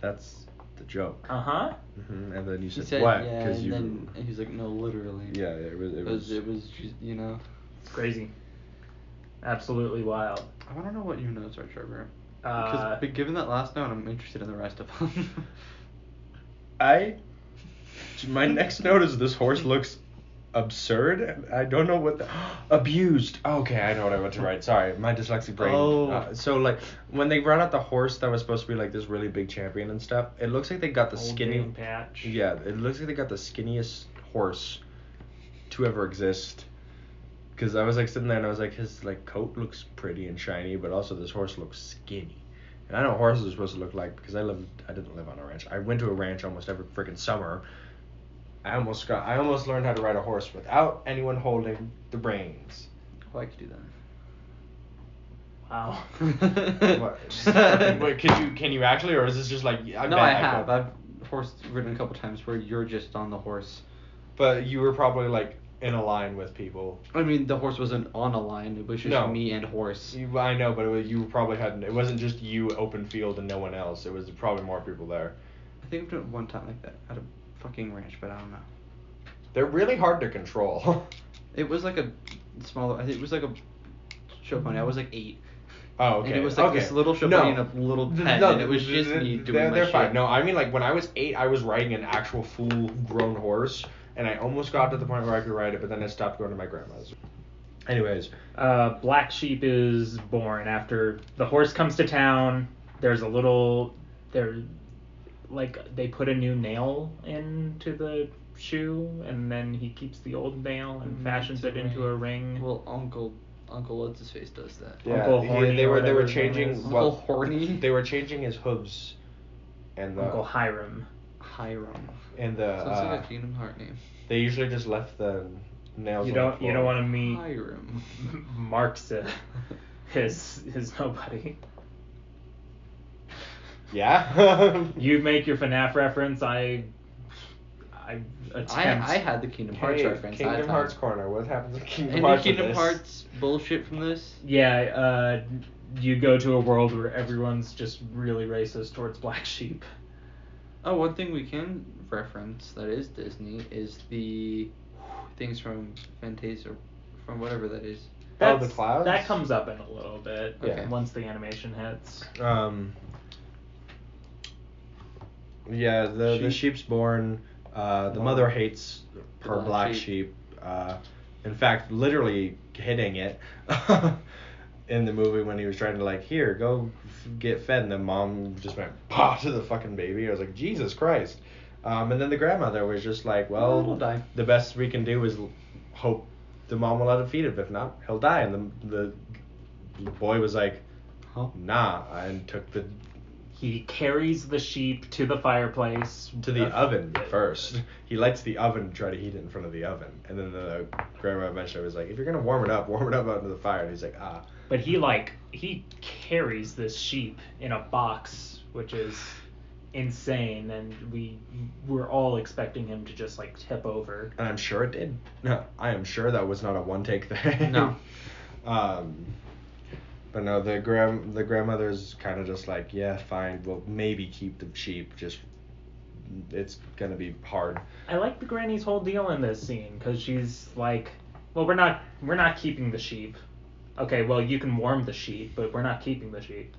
A: That's the joke.
C: Uh huh.
A: hmm And then you
B: he
A: said,
B: said,
A: what?
B: yeah,
A: Because
B: and
A: you.
B: then and he's like, no, literally.
A: yeah, it was. It was.
B: it was, just, you know.
C: It's crazy. Absolutely wild.
B: I don't know what your notes are, Trevor.
C: Uh,
B: Because but given that last note, I'm interested in the rest of them.
A: I. My next note is this horse looks absurd, and I don't know what the abused. Okay, I know what I went to write. Sorry, my dyslexic brain.
B: Oh.
A: Uh, so like when they brought out the horse that was supposed to be like this really big champion and stuff, it looks like they got the
C: Old
A: skinny.
C: Dame patch.
A: Yeah, it looks like they got the skinniest horse to ever exist. Because I was like sitting there and I was like, his like coat looks pretty and shiny, but also this horse looks skinny. And I know horses are supposed to look like because I lived I didn't live on a ranch. I went to a ranch almost every freaking summer. I almost got I almost learned how to ride a horse without anyone holding the reins.
B: Oh, I like to do
C: Wow.
B: that.
A: What- Wait, can you can you actually or is this just like I
B: no,
A: bet
B: I
A: could-
B: have. I've horse ridden a couple times where you're just on the horse.
A: But you were probably like in a line with people.
B: I mean, the horse wasn't on a line. It was just
A: No.
B: me and horse.
A: You, I know, but it was, you probably had it wasn't just you open field and no one else. It was probably more people there.
B: I think I've done it one time like that at a fucking ranch, but I don't know.
A: They're really hard to control.
B: It was like a smaller. I think it was like a show pony. I was like eight.
A: Oh, okay.
B: And it was like
A: okay.
B: this little show
A: no.
B: pony and a little
A: Th-
B: pen,
A: no,
B: and it was
A: th-
B: just
A: th-
B: me
A: th-
B: doing
A: they're,
B: my
A: they're
B: shit.
A: fine. No, I mean like when I was eight, I was riding an actual full-grown horse, and I almost got to the point where I could ride it, but then I stopped going to my grandma's. Anyways,
C: uh, Black Sheep is born after the horse comes to town. There's a little, there, like they put a new nail into the shoe, and then he keeps the old nail and
B: Mm,
C: fashions
B: it's a
C: it into a ring.
B: Well, Uncle Uncle what's his face does that.
A: yeah,
C: Uncle
A: they-
C: Horny
A: they
C: or
A: were they
C: whatever
A: were
C: his name
A: changing
C: is.
A: well,
B: Uncle Horny?
A: They were changing his hooves, and uh, the
C: Uncle Hiram.
B: Hiram.
A: and the
B: Sounds
A: uh,
B: like a Kingdom Heart name.
A: they usually just left the nails.
C: You
A: on the
C: don't you don't
A: floor.
C: want to meet
B: Hiram.
C: Mark's uh, his his nobody.
A: Yeah.
C: You make your FNAF reference. I I attempt.
B: I, I had the Kingdom Hearts
A: Hey,
B: reference. I
A: Kingdom
B: thought.
A: Hearts corner. What happens in Kingdom
B: Any
A: Hearts? with
B: Kingdom
A: this?
B: Hearts bullshit from this?
C: Yeah, uh, you go to a world where everyone's just really racist towards black sheep.
B: Oh, one thing we can reference that is Disney is the things from Fantasia, from whatever that is.
A: Oh, the
C: That's-
A: clouds?
C: That comes up in a little bit
B: Yeah.
C: once the animation hits.
A: Um. Yeah, the the
B: Sheep.
A: sheep's born. Uh, the
B: Wow.
A: mother hates her
B: Black
A: black,
B: sheep.
A: sheep. Uh, in fact, literally hitting it. in the movie when he was trying to like here go f- get fed and the mom just went pop to the fucking baby i was like jesus christ um, and then the grandmother was just like well
B: It'll die.
A: the best we can do is l- hope the mom will let him feed him if not he'll die and the, the boy was like
B: Huh?
A: nah and took the
C: He carries the sheep to the fireplace.
A: to the
C: Uh,
A: oven first. He lights the oven to try to heat it in front of the oven. And then the grandma eventually was like, if you're going to warm it up, warm it up under the fire. And he's like, ah.
C: But he like he carries this sheep in a box, which is insane, and we were all expecting him to just like tip over.
A: And I'm sure it did. No, I am sure that was not a one take thing.
B: No.
A: um, but no, the grand the grandmother's kind of just like, yeah, fine, we'll maybe keep the sheep. Just it's gonna be hard.
C: I like the granny's whole deal in this scene because she's like, "Well, we're not we're not keeping the sheep. Okay, well you can warm the sheep, but we're not keeping the sheep.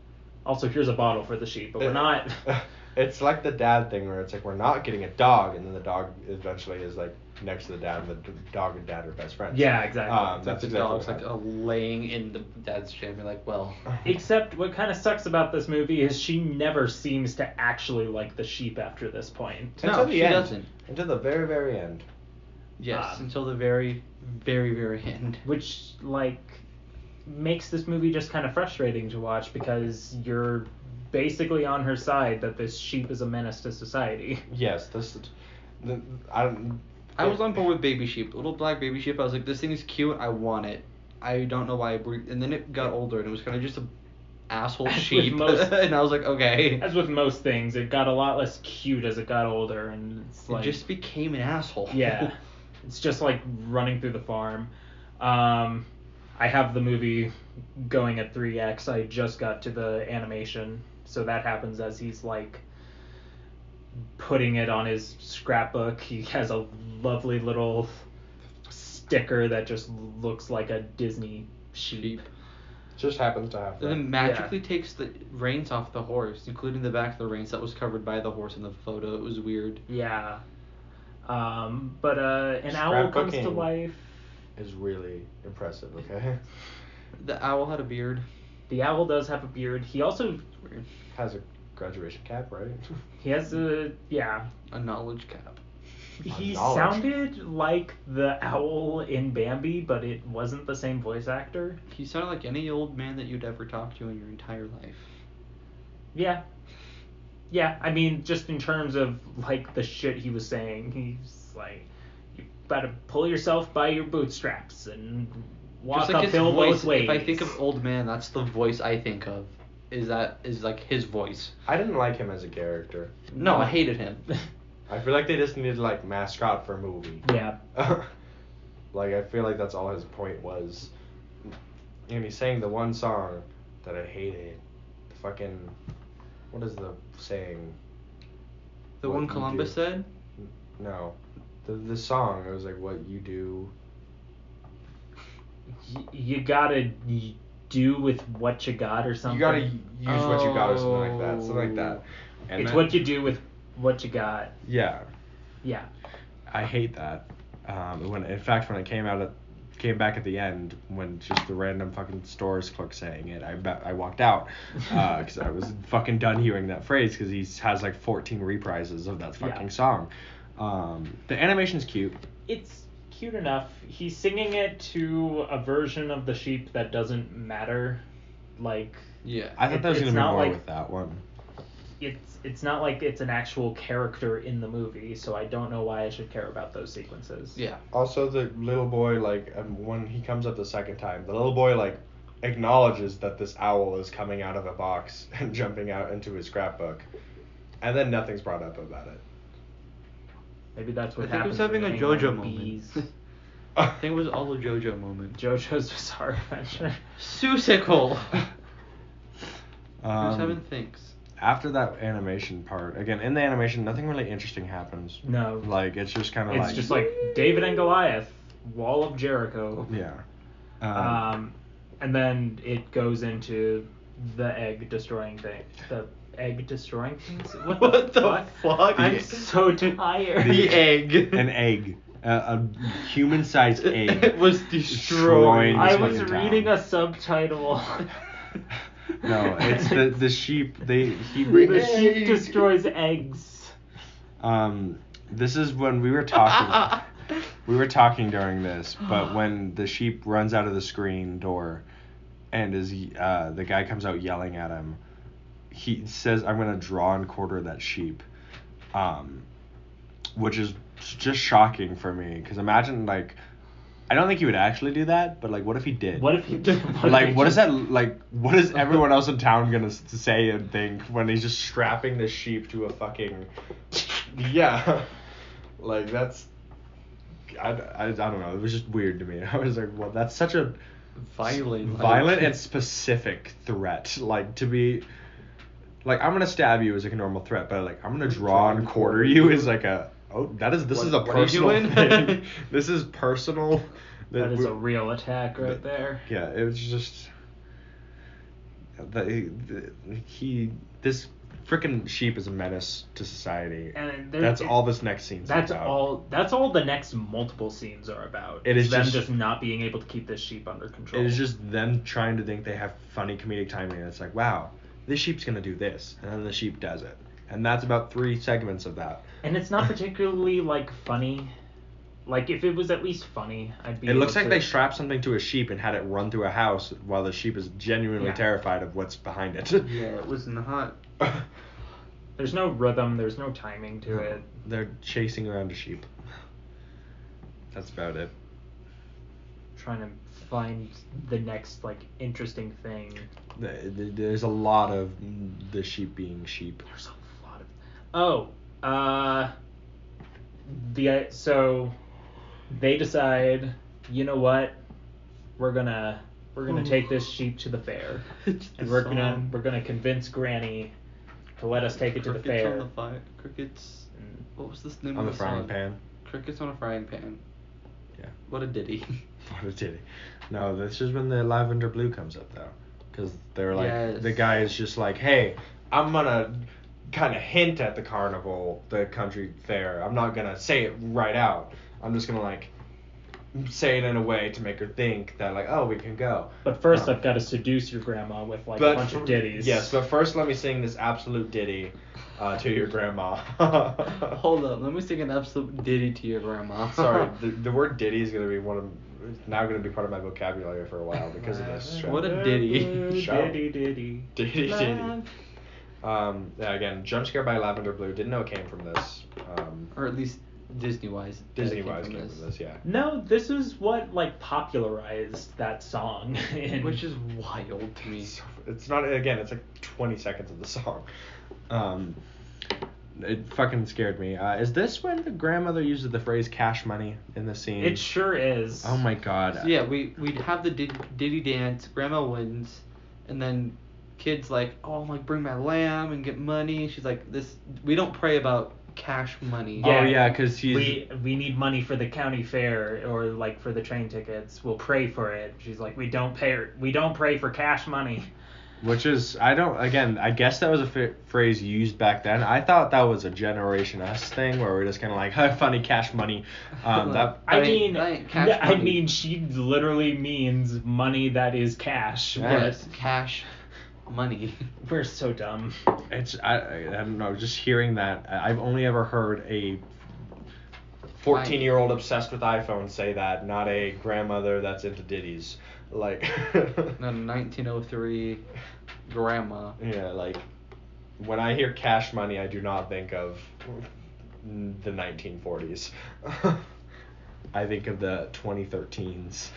C: Also, here's a bottle for the sheep, but we're not.
A: It's like the dad thing where it's like we're not getting a dog, and then the dog eventually is like next to the dad. And the d- dog and dad are best friends.
C: yeah, exactly.
A: Um,
B: Like
A: that's
B: the
A: exactly
B: dog's
A: what
B: like a laying in the dad's chair and be like, well,
C: Except what kind of sucks about this movie is she never seems to actually like the sheep after this point.
B: No,
A: Until the
B: she
A: end.
B: doesn't.
A: Until the very, very end.
B: yes,
C: Um,
B: until the very, very, very end.
C: which like makes this movie just kind of frustrating to watch because you're basically on her side that this sheep is a menace to society.
A: Yes, this. is- The, I don't.
B: I was on board with Baby Sheep, little black Baby Sheep. I was like, this thing is cute. I want it. I don't know why. we And then it got older and it was kind of just a asshole
C: As with
B: sheep.
C: most-
B: and I was like, okay.
C: As with most things, it got a lot less cute as it got older, and it's
B: It
C: like
B: just became an asshole.
C: yeah, it's just like running through the farm. Um, I have the movie going at three x. I just got to the animation, so that happens as he's like putting it on his scrapbook. He has a lovely little sticker that just looks like a Disney sheep.
B: Sheep.
A: Just happens to happen.
B: And then magically takes the reins off the horse, including the back of the reins that was covered by the horse in the photo. It was weird.
C: Yeah. Um, but uh, an owl comes to
A: Scrapbooking.
C: life.
A: is really impressive. Okay,
B: The owl had a beard.
C: The owl does have a beard. He also
B: Weird.
A: has a graduation cap, right?
C: he has a yeah.
B: A knowledge cap.
C: He
A: knowledge.
C: sounded like the owl in Bambi, but it wasn't the same voice actor.
B: He sounded like any old man that you'd ever talked to in your entire life.
C: Yeah. Yeah, I mean, just in terms of like the shit he was saying, he's like, you gotta pull yourself by your bootstraps and walk
B: Just like his
C: uphill
B: voice.
C: both ways.
B: If I think of old man, that's the voice I think of. Is that is like his voice?
A: I didn't like him as a character.
B: No, I hated him.
A: I feel like they just needed like mascot for movie.
C: Yeah.
A: like I feel like that's all his point was. And he sang the one song that I hated. The fucking what is the saying?
B: The
A: What
B: one
A: you
B: Columbus
A: do-
B: said?
A: N- No. The the song, it was like what you do.
C: Y- you gotta y- do with what you got or something.
A: You gotta use what you got or something like that. Something like that.
B: Oh.
A: And
C: it's
A: that-
C: what you do with what you got.
A: Yeah.
C: Yeah.
A: I hate that. Um, when in fact when it came out at came back at the end when just the random fucking stores clerk saying it, I bet I walked out because I was fucking done hearing that phrase because he has like 14 reprises of that
C: Yeah.
A: fucking song. Um, the animation's cute.
C: It's cute enough. He's singing it to a version of the sheep that doesn't matter. Like
B: Yeah.
A: I thought
C: It-
A: there was
C: it's
A: gonna be
C: not
A: more
C: like-
A: with that one.
C: it's it's not like it's an actual character in the movie, so I don't know why I should care about those sequences.
B: yeah.
A: Also, the little boy like um, when he comes up the second time, the little boy like acknowledges that this owl is coming out of a box and jumping out into his scrapbook, and then nothing's brought up about it.
C: Maybe that's what
B: I think it
C: happens.
B: was having a
C: when anyone
B: JoJo moment.
C: bees-
B: I think it was all a JoJo moment.
C: JoJo's Bizarre Adventure.
B: Susicle!
A: Um,
B: Who's having thinks?
A: after that animation part, again in the animation, nothing really interesting happens.
C: No.
A: Like it's just kind of
C: it's
A: like.
C: just like David and Goliath, Wall of Jericho.
A: Yeah. Um,
B: Uh-huh.
C: Um, and then it goes into the egg destroying thing. The egg destroying things. What,
B: What the fuck?
C: I'm
B: The-
C: so tired.
B: The egg.
A: an egg, a, a human-sized egg.
B: It was
A: destroying
B: destroyed.
A: this
C: I was
A: fucking
C: reading
A: town.
C: a subtitle.
A: No, it's the the sheep. They he brings.
C: the sheep destroys eggs.
A: Um, this is when we were talking. we were talking during this, but when the sheep runs out of the screen door, and is uh, the guy comes out yelling at him, he says, "I'm gonna draw and quarter that sheep," um, which is just shocking for me. Cause imagine like, I don't think he would actually do that, but like, what if he did?
C: What if he did? if
A: like
C: he
A: what is
C: just-
A: that like what is everyone else in town gonna s- say and think when he's just strapping the sheep to a fucking yeah like that's I, I, I don't know it was just weird to me i was like well that's such a
B: Violent.
A: violent and specific threat like to be like i'm gonna stab you is like a normal threat but like i'm gonna draw and quarter you is like a oh that is this
B: What-
A: is a
B: what are you
A: personal
B: doing?
A: thing this is personal
C: That is
A: we-
C: a real attack right
A: but-
C: there.
A: yeah, it was just the, the he this freaking sheep is a menace to society.
C: And there-
A: that's
C: it-
A: all this next scene's
C: That's
A: about.
C: all. That's all the next multiple scenes are about.
A: It is
C: them
A: just-
C: just, not being able to keep this sheep under control.
A: It is just them trying to think they have funny comedic timing. And it's like, wow, this sheep's gonna do this, and then the sheep does it, and that's about three segments of that.
C: And it's not particularly like funny. Like if it was at least funny, I'd be.
A: It looks
C: able
A: like they
C: to-
A: strapped something to a sheep and had it run through a house while the sheep is genuinely
C: Yeah.
A: terrified of what's behind it.
B: Yeah, it was not.
C: There's no rhythm. There's no timing to it.
A: They're chasing around a sheep. That's about it.
C: trying to find the next like interesting thing.
A: Th- th- There's a lot of the sheep being sheep.
C: There's a lot of. Oh, uh, the uh, so they decide. You know what? We're gonna we're gonna take this sheep to the fair,
B: It's
C: and
B: the
C: we're gonna
B: song.
C: we're gonna convince Granny to let us take it to the
B: Crickets
C: fair.
B: On the fire. Crickets.
C: And
B: What was this name
A: Mm. On
B: of
A: the frying
B: song?
A: pan.
B: Crickets on a frying pan.
A: Yeah.
B: What a ditty.
A: What a titty. No, this is when the lavender blue comes up though, because they're like the
B: Yes.
A: guy is just like, hey, I'm gonna kind of hint at the carnival, the country fair. I'm not gonna say it right out. I'm just gonna like say it in a way to make her think that like, oh, we can go.
C: But first,
A: Um,
C: I've got to seduce your grandma with like a bunch
A: fir-
C: of ditties.
A: Yes, but first let me sing this absolute ditty uh, to your grandma.
B: Hold up, let me sing an absolute ditty to your grandma.
A: Sorry, the, the word ditty is gonna be one of it's now gonna be part of my vocabulary for a while because of this. show.
B: What a ditty.
A: Show.
C: Ditty ditty.
A: ditty ditty.
B: Love.
A: Um, yeah, again, jump scare by Lavender Blue. Didn't know it came from this. Um,
B: Or at least Disney wise.
A: Disney wise came from this. Yeah.
C: No, this is what like popularized that song. In...
B: Which is wild to me.
A: It's, it's not again. It's like 20 seconds of the song. Um, It fucking scared me. Uh, is this when the grandmother uses the phrase "cash money" in the scene?
C: It sure is.
A: Oh my god.
B: So yeah, we we'd have the did- Diddy dance, grandma wins, and then kids like, oh, like bring my lamb and get money. She's like, this we don't pray about cash money.
A: Yeah. Oh, because she's-
C: we we need money for the county fair or like for the train tickets. We'll pray for it. She's like, we don't pay. We don't pray for cash money.
A: Which is, I don't, again, I guess that was a f- phrase used back then. I thought that was a Generation Us thing where we're just kind of like, huh, funny cash money. Um, that,
C: I
B: That ain't-
C: mean,
B: that ain't cash
C: yeah, I
B: money.
C: mean, she literally means money that is cash.
A: Yes.
B: Yes, cash money.
C: But we're so dumb.
A: it's, I, I, I don't know, just hearing that, I- I've only ever heard a 14 year old obsessed with iPhone say that, not a grandmother that's into ditties. Like,
B: No, 1903 grandma.
A: yeah, like, when I hear cash money, I do not think of the 1940s. I think of the 2013s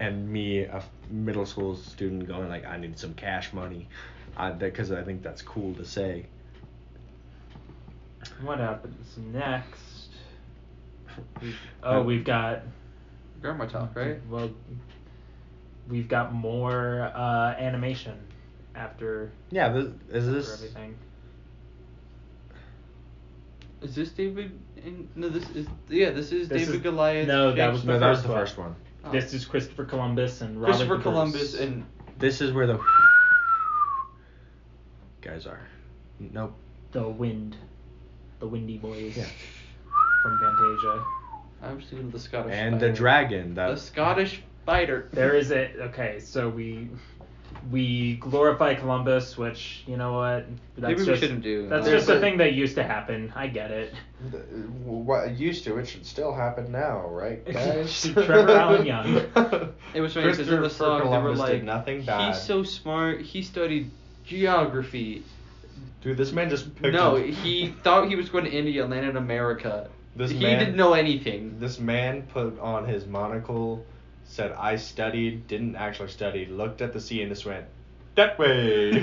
A: and me, a f- middle school student, going like, I need some cash money, because I think that's cool to say.
C: What happens next? Oh, we've got
B: Grandma talk, right?
C: Well, we've got more uh, animation after.
A: Yeah, this, is
C: after
A: this?
C: everything?
B: Is this David? And, no, this is yeah. This is
C: This
B: David
C: is-
B: Goliath.
C: no, that was
B: Shakespeare-
A: No, that was
C: first
A: the
C: one.
A: first one.
B: Oh.
C: This is Christopher Columbus and Robert
B: Christopher
C: the
B: Columbus
C: Bruce.
B: and
A: This is where the guys are. Nope.
C: the wind, the Windy Boys
A: Yeah.
C: from Fantasia.
B: I'm just thinking of the Scottish.
A: And the
B: spider.
A: dragon. That
B: The Scottish spider.
C: There is a okay, so we we glorify Columbus, which you know what
B: Maybe we shouldn't do.
C: That's
A: Uh,
C: just a
A: but-
C: thing that used to happen. I get it.
A: The- What used to it should still happen now, right, guys?
C: Trevor Allen Young.
B: It was funny because in the
A: Christopher
B: song they were
A: Columbus
B: like,
A: did nothing bad.
B: "He's so smart. He studied geography."
A: Dude, this man just picked
B: No, he thought he was going to India, and landed in America.
A: This
B: he
A: man-
B: didn't know anything.
A: This man put on his monocle, said, I studied, didn't actually study, looked at the sea and just went, that way.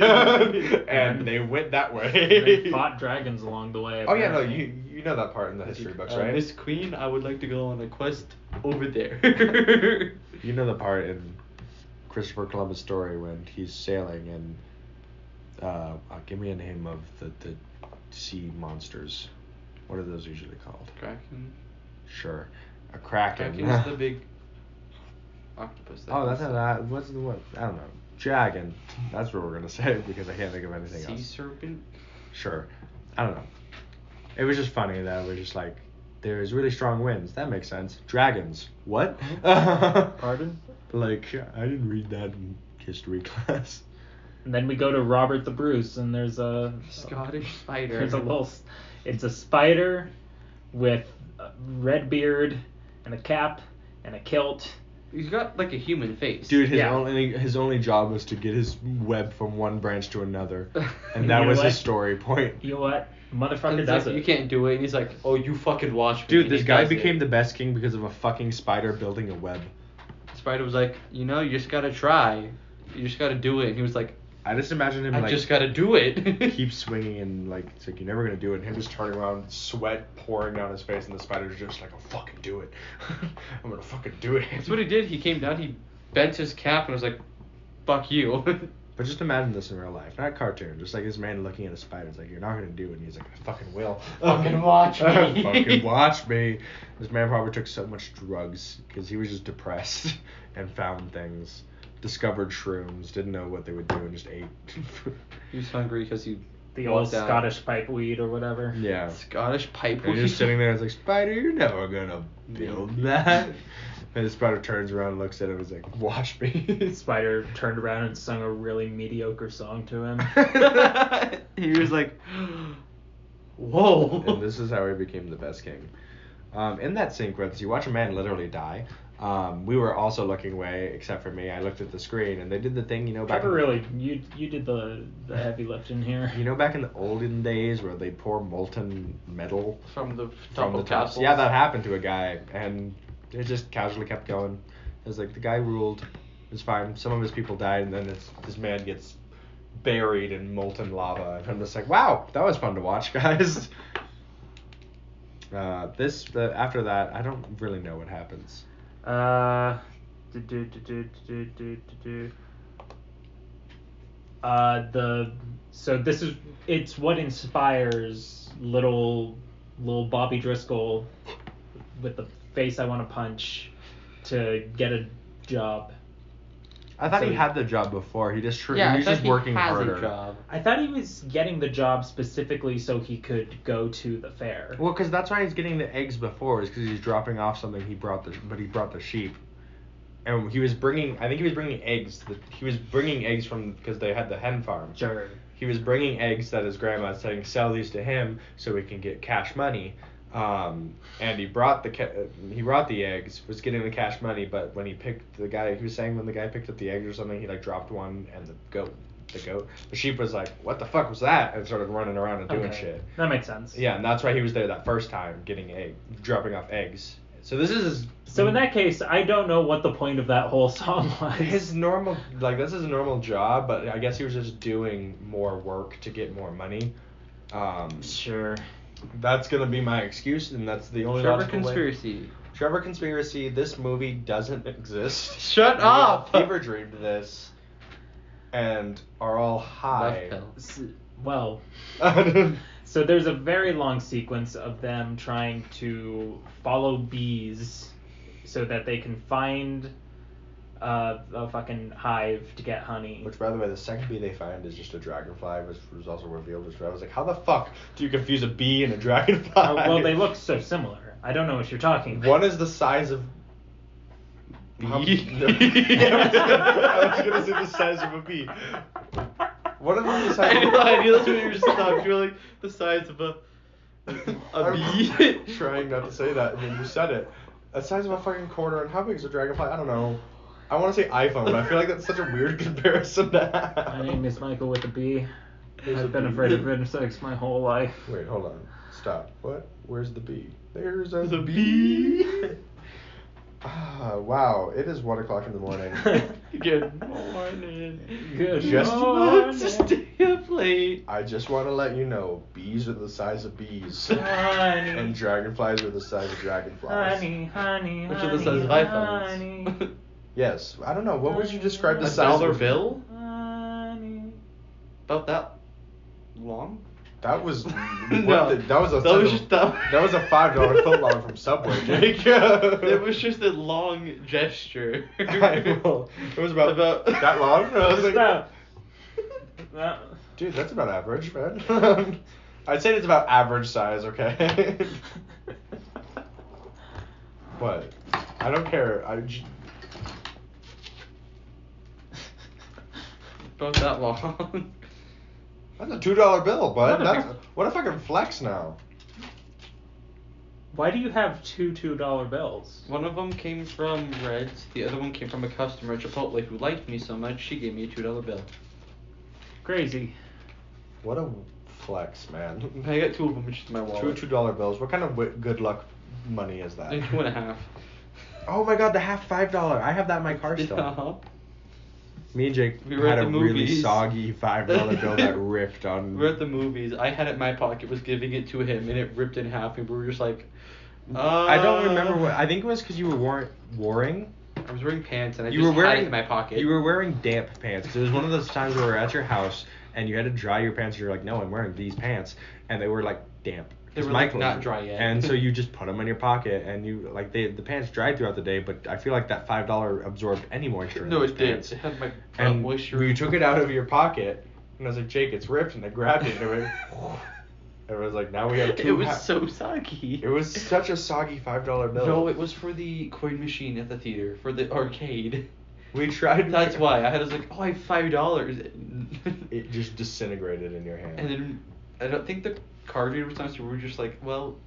A: and they went that way.
C: they fought dragons along the way.
A: oh, yeah, no, you,
C: apparently.
A: you know that part in the history books,
B: Uh,
A: right?
B: Miss Queen, I would like to go on a quest over there.
A: You know the part in Christopher Columbus' story when he's sailing and uh, uh, give me a name of the, the sea monsters. What are those usually called?
B: Kraken.
A: Sure, a kraken.
B: Kraken's the big octopus. that
A: Oh, that's
B: comes
A: not
B: up.
A: that. What's the what? I don't know. Dragon. That's what we're gonna say because I can't think of anything
B: Sea
A: else.
B: serpent.
A: Sure. I don't know. It was just funny that we're just like, there's really strong winds. That makes sense. Dragons. What?
C: Pardon?
A: Like, I didn't read that in history class.
C: And then we go to Robert the Bruce, and there's a
B: Scottish spider.
C: There's a little. s- It's a spider with a red beard and a cap and a kilt.
B: He's got like a human face.
A: Dude, his
C: Yeah.
A: only his only job was to get his web from one branch to another, and
C: You
A: that
C: know
A: was
C: what?
A: his story point.
C: You know what?
B: And
C: Motherfucker
B: he's
C: does
B: like,
C: it.
B: You can't do it. And he's like, oh, you fucking watch me.
A: Dude,
B: and
A: this
B: he
A: guy
B: does it.
A: became the best king because of a fucking spider building a web.
B: Spider was like, you know, you just gotta try. You just gotta do it. And he was like,
A: I just imagine him
B: I
A: like
B: just gotta do it.
A: keep swinging and like it's like you're never gonna do it. And him just turning around, sweat pouring down his face, and the spider's just like, "I'll fucking do it. I'm gonna fucking do it."
B: That's what he did. He came down. He bent his cap and was like, fuck you.
A: But just imagine this in real life, not cartoon. Just like this man looking at a spider, it's like you're not gonna do it, and he's like, I fucking will.
B: Fucking watch me.
A: fucking watch me. This man probably took so much drugs because he was just depressed and found things, discovered shrooms, didn't know what they would do, and just ate.
B: he was hungry because he
C: the old
B: walked out.
C: Scottish pipe weed or whatever.
A: yeah.
B: Scottish pipe.
A: And you're just sitting there, it's like, Spider, you're never gonna build that. And the spider turns around, looks at him, and is like, Watch me.
C: Spider turned around and sung a really mediocre song to him.
B: he was like, whoa.
A: and this is how he became the best king. Um, in that sequence, you watch a man literally die. Um, we were also looking away, except for me. I looked at the screen, and they did the thing, you know, back.
C: Trevor
A: in-
C: really, you you did the the heavy lifting here.
A: You know, back in the olden days where they pour molten metal
B: from the top
A: from the
B: of
A: top.
B: castles.
A: Yeah, that happened to a guy, and it just casually kept going. It was like the guy ruled. It was fine. Some of his people died, and then this this man gets buried in molten lava. And I'm just like, wow, that was fun to watch, guys. Uh, this the after that, I don't really know what happens.
C: Uh, do, do, do, do, do, do, do, do. Uh, the so this is it's what inspires little little Bobby Driscoll with the face I want to punch to get a job.
A: I thought
B: So
A: he
B: he-
A: had the job before. He just tr-
B: yeah,
A: he
B: I
A: was
B: thought
A: just
B: he
A: working
B: has
A: harder.
B: a job.
C: I thought he was getting the job specifically so he could go to the fair.
A: Well, because that's why he's getting the eggs before, is because he's dropping off something he brought the, but he brought the sheep, and he was bringing. I think he was bringing eggs. That, he was bringing eggs from because they had the hen farm.
C: Sure.
A: He was bringing eggs that his grandma's saying sell these to him so we can get cash money. Um, and he brought the ca- he brought the eggs, was getting the cash money, but when he picked the guy, he was saying when the guy picked up the eggs or something, he like dropped one and the goat, the goat, the sheep was like, what the fuck was that? And started running around and doing
C: Okay.
A: shit.
C: That makes sense.
A: Yeah, and that's why he was there that first time, getting egg, dropping off eggs. So this is his,
C: So in that case, I don't know what the point of that whole song was.
A: his normal like this is a normal job, but I guess he was just doing more work to get more money. Um,
C: Sure.
A: that's gonna be my excuse, and that's the only
B: Trevor
A: logical way-
B: conspiracy.
A: Trevor conspiracy. This movie doesn't exist.
B: Shut
A: We
B: up!
A: Fever dreamed this, and are all high.
B: Life pill.
C: S- Well, so there's a very long sequence of them trying to follow bees so that they can find uh, a fucking hive to get honey.
A: Which, by the way, the second bee they find is just a dragonfly, which was also revealed. Which I was like, how the fuck do you confuse a bee and a dragonfly?
C: Uh, well, they look so similar. I don't know what you're talking about.
A: One is the size of.
B: Bee?
A: How- I was gonna say the size of a bee. One of them is the size
B: I
A: of
B: knew,
A: a-
B: I knew that's what you were stopped. You were like the size of a a
A: I'm
B: bee.
A: trying not to say that, and then you said it. The size of a fucking quarter, and how big is a dragonfly? I don't know. I want to say iPhone, but I feel like that's such a weird comparison to have.
C: My name is Michael with a B.
A: There's a
C: I've been
A: bee.
C: afraid of insects my whole life.
A: Wait, hold on. Stop. What? Where's the bee? There's a
B: The
A: bee.
B: bee.
A: Ah, wow. It is one o'clock in the morning.
B: Good morning.
C: Good
A: Just-
C: morning.
B: Just stay up late.
A: I just want to let you know, bees are the size of bees,
C: Honey.
A: and dragonflies are the size of dragonflies.
C: Honey, honey, honey,
B: Which are the size of
C: honey,
B: iPhones?
A: Yes. I don't know. What would you describe the
B: a
A: size?
B: dollar
A: of...
B: bill?
C: honey.
B: About that long?
A: That was
B: No.
A: what the- that was a
B: That
A: such
B: was
A: a-
B: just that- uh,
A: that was a five dollar foot long from Subway. Jake.
B: it was just a long gesture.
A: I know. It was about, that long. I was like,
C: Stop. That-
A: Dude, that's about average, man. I'd say it's about average size, okay? but I don't care. I j-
B: About that long.
A: that's a two dollar bill, bud.
C: Not a
A: That's,
C: big-
A: what if I can flex now?
C: Why do you have two two dollar bills?
B: One of them came from Reds. The other one came from a customer at Chipotle who liked me so much she gave me a two dollar bill.
C: Crazy.
A: What a flex, man.
B: I got two of them just in my
A: Two
B: wallet.
A: two dollar bills. What kind of w- good luck money is that?
B: And two and a half.
A: Oh my god, the half five dollar. I have that in my car still.
B: Yeah.
A: Me and Jake
B: We were
A: had
B: at
A: a
B: the
A: really
B: movies.
A: soggy five dollar bill that ripped on.
B: We were at the movies. I had it in my pocket, was giving it to him, and it ripped in half, and we were just like, uh,
A: I don't remember what. I think it was because you were war- warring.
B: I was wearing pants, and I
A: you
B: just
A: were wearing
B: had it in my pocket.
A: You were wearing damp pants. It was one of those times where we were at your house and you had to dry your pants. and You're like, no, I'm wearing these pants, and they were like damp.
B: They
A: 'Cause
B: were,
A: my
B: like,
A: clothes
B: not
A: were-
B: dry yet.
A: And so you just put them in your pocket, and you like they the pants dried throughout the day, but I feel like that five dollar absorbed any moisture. in
B: No,
A: those
B: it did.
A: pants.
B: It had my uh,
A: and
B: moisture.
A: we took it out of your pocket, and I was like, Jake, it's ripped, and I grabbed it, and it went. Everyone's like, now we have two.
B: It was
A: ha-
B: so soggy.
A: It was such a soggy five dollar bill.
B: No, it was for the coin machine at the theater for the arcade.
A: We tried.
B: That's why I had I was like, oh, I have five dollars.
A: It just disintegrated in your hand.
B: And then I don't think the card reader was nice. We were just like, well,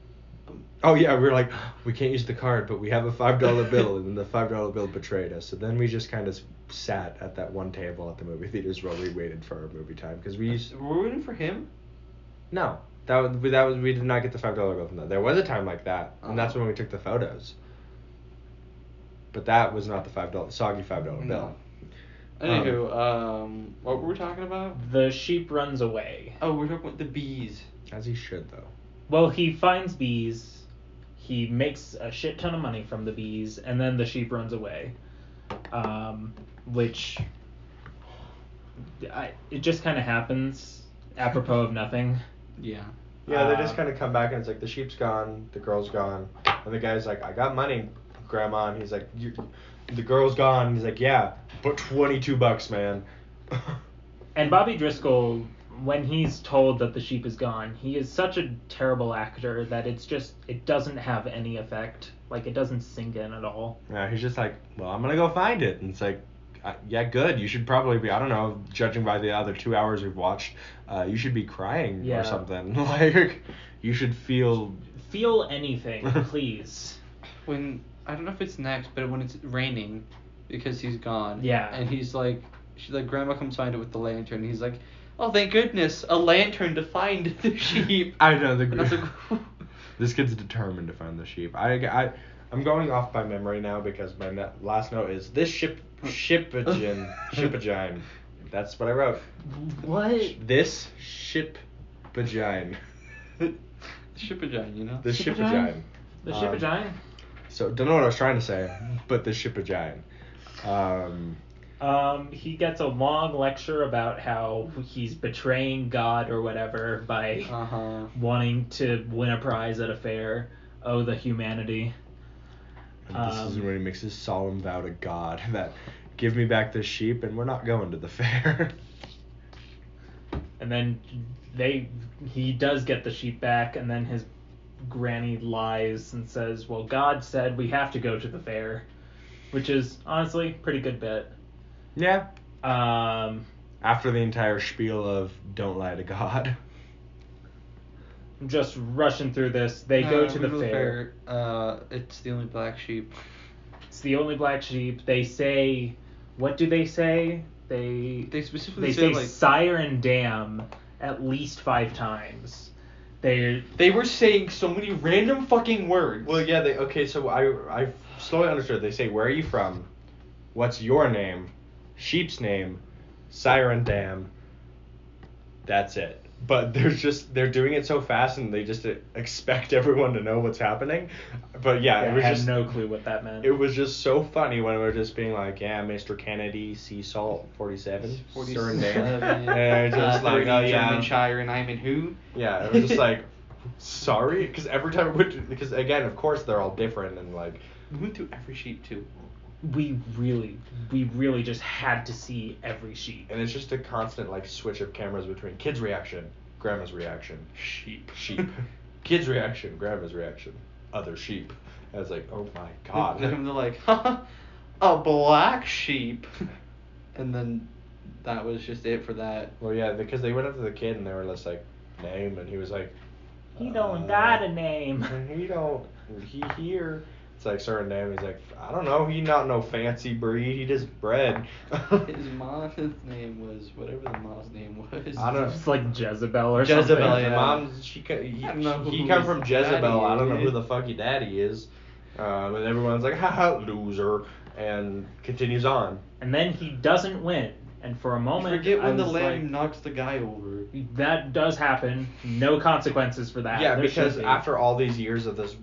B: um,
A: Oh yeah, we were like, we can't use the card, but we have a five dollar bill, and the five dollar bill betrayed us. So then we just kind of sat at that one table at the movie theaters while we waited for our movie time because we used
B: were we waiting for him?
A: no that was we- that was we did not get the five dollar bill from that. There was a time like that, and that's
B: Oh.
A: when we took the photos. But that was not the five dollar soggy five dollar
B: No.
A: bill.
B: Anywho, um, what were we talking about?
C: The sheep runs away.
B: Oh, we're talking about the bees.
A: As he should though.
C: Well, he finds bees. He makes a shit ton of money from the bees, and then the sheep runs away, um, which I, it just kind of happens apropos of nothing.
B: Yeah.
A: Yeah, they
C: Uh,
A: just kind of come back and it's like the sheep's gone, the girl's gone, and the guy's like, I got money, grandma, and he's like, you, the girl's gone. He's like, yeah, but twenty two bucks, man.
C: And Bobby Driscoll, when he's told that the sheep is gone, he is such a terrible actor that it's just it doesn't have any effect. Like it doesn't sink in at all.
A: yeah, he's just like, well, I'm gonna go find it, and it's like. "Uh, Yeah, good. You should probably be. I don't know. Judging by the other two hours we've watched, uh, you should be crying
C: Yeah.
A: or something. like, you should feel.
C: Feel anything, please.
B: When I don't know if it's next, but when it's raining, because he's gone.
C: Yeah.
B: And he's like, she's like, Grandma comes find it with the lantern. He's like, Oh, thank goodness, a lantern to find the sheep.
A: I know the.
B: And I was
A: gr-
B: like,
A: This kid's determined to find the sheep. I, I, I'm going off by memory now because my ne- last note is this ship, shipagen, shipagine. That's what I wrote.
C: What?
A: This ship, vagine.
B: the shipagine, you know.
A: The shipagine.
C: The
A: Um,
C: sheep of giant.
A: So don't know what I was trying to say, but the shipagine. Um,
C: Um, he gets a long lecture about how he's betraying God or whatever by
B: Uh huh.
C: wanting to win a prize at a fair. Oh, the humanity.
A: and this is
C: Um,
A: when he makes his solemn vow to God that, give me back this sheep, and we're not going to the fair.
C: and then they he does get the sheep back and then his granny lies and says well god said we have to go to the fair which is honestly pretty good bit
A: yeah.
C: um
A: After the entire spiel of don't lie to God.
C: just rushing through this they go to the fair.
B: Uh, it's the only black sheep.
C: it's the only black sheep they say what do they say they
B: They specifically
C: they
B: say,
C: say
B: like-
C: sire and dam at least five times they
B: They were saying so many random fucking words.
A: Well, yeah. They okay. So I I slowly understood. They say, "Where are you from? What's your name? Sheep's name? Siren Dam." That's it. But they're just they're doing it so fast, and they just expect everyone to know what's happening. But yeah,
C: I
A: it was
C: had
A: just
C: no clue what that meant
A: It was just so funny when we were just being like, "Yeah, Mr. Kennedy, Sea Salt, forty-seven, Siren Dam," and
B: Uh,
A: just like, "Oh yeah,
B: Shire and I'm in who?
A: yeah, it was just like, sorry, because every time it would, because again, of course, they're all different and like,
B: We went through every sheep too.
C: we really we really just had to see every sheep
A: and it's just a constant like switch of cameras between kids' reaction, grandma's reaction,
B: Sheep.
A: sheep, kids' reaction, grandma's reaction, other sheep. And I was like, oh my god.
B: Then they're like, "Huh, a black sheep. And then that was just it for that.
A: well, yeah, because they went up to the kid and they were just like, name, and he was like,
C: He don't
A: uh,
C: got a name.
A: He don't. He here. It's like certain name. He's like, I don't know. He not no fancy breed. He just bred.
B: His mom's name was whatever the mom's name was.
A: I don't-
C: It's like Jezebel or
B: Jezebel,
C: something.
A: Jezebel,
B: yeah.
A: yeah. mom, she co- he,
B: I don't know
A: he
B: who
A: come
B: his
A: from Jezebel. I don't know
B: daddy
A: who
B: is.
A: the fuck your daddy is. Um, and everyone's like, haha, loser, and continues on.
C: And then he doesn't win. And for a
B: I
C: moment,
B: forget
C: I
B: when the
C: was
B: lamb
C: like,
B: knocks the guy over.
C: that does happen. No consequences for that.
A: yeah,
C: There should
A: because
C: be.
A: after all these years of this,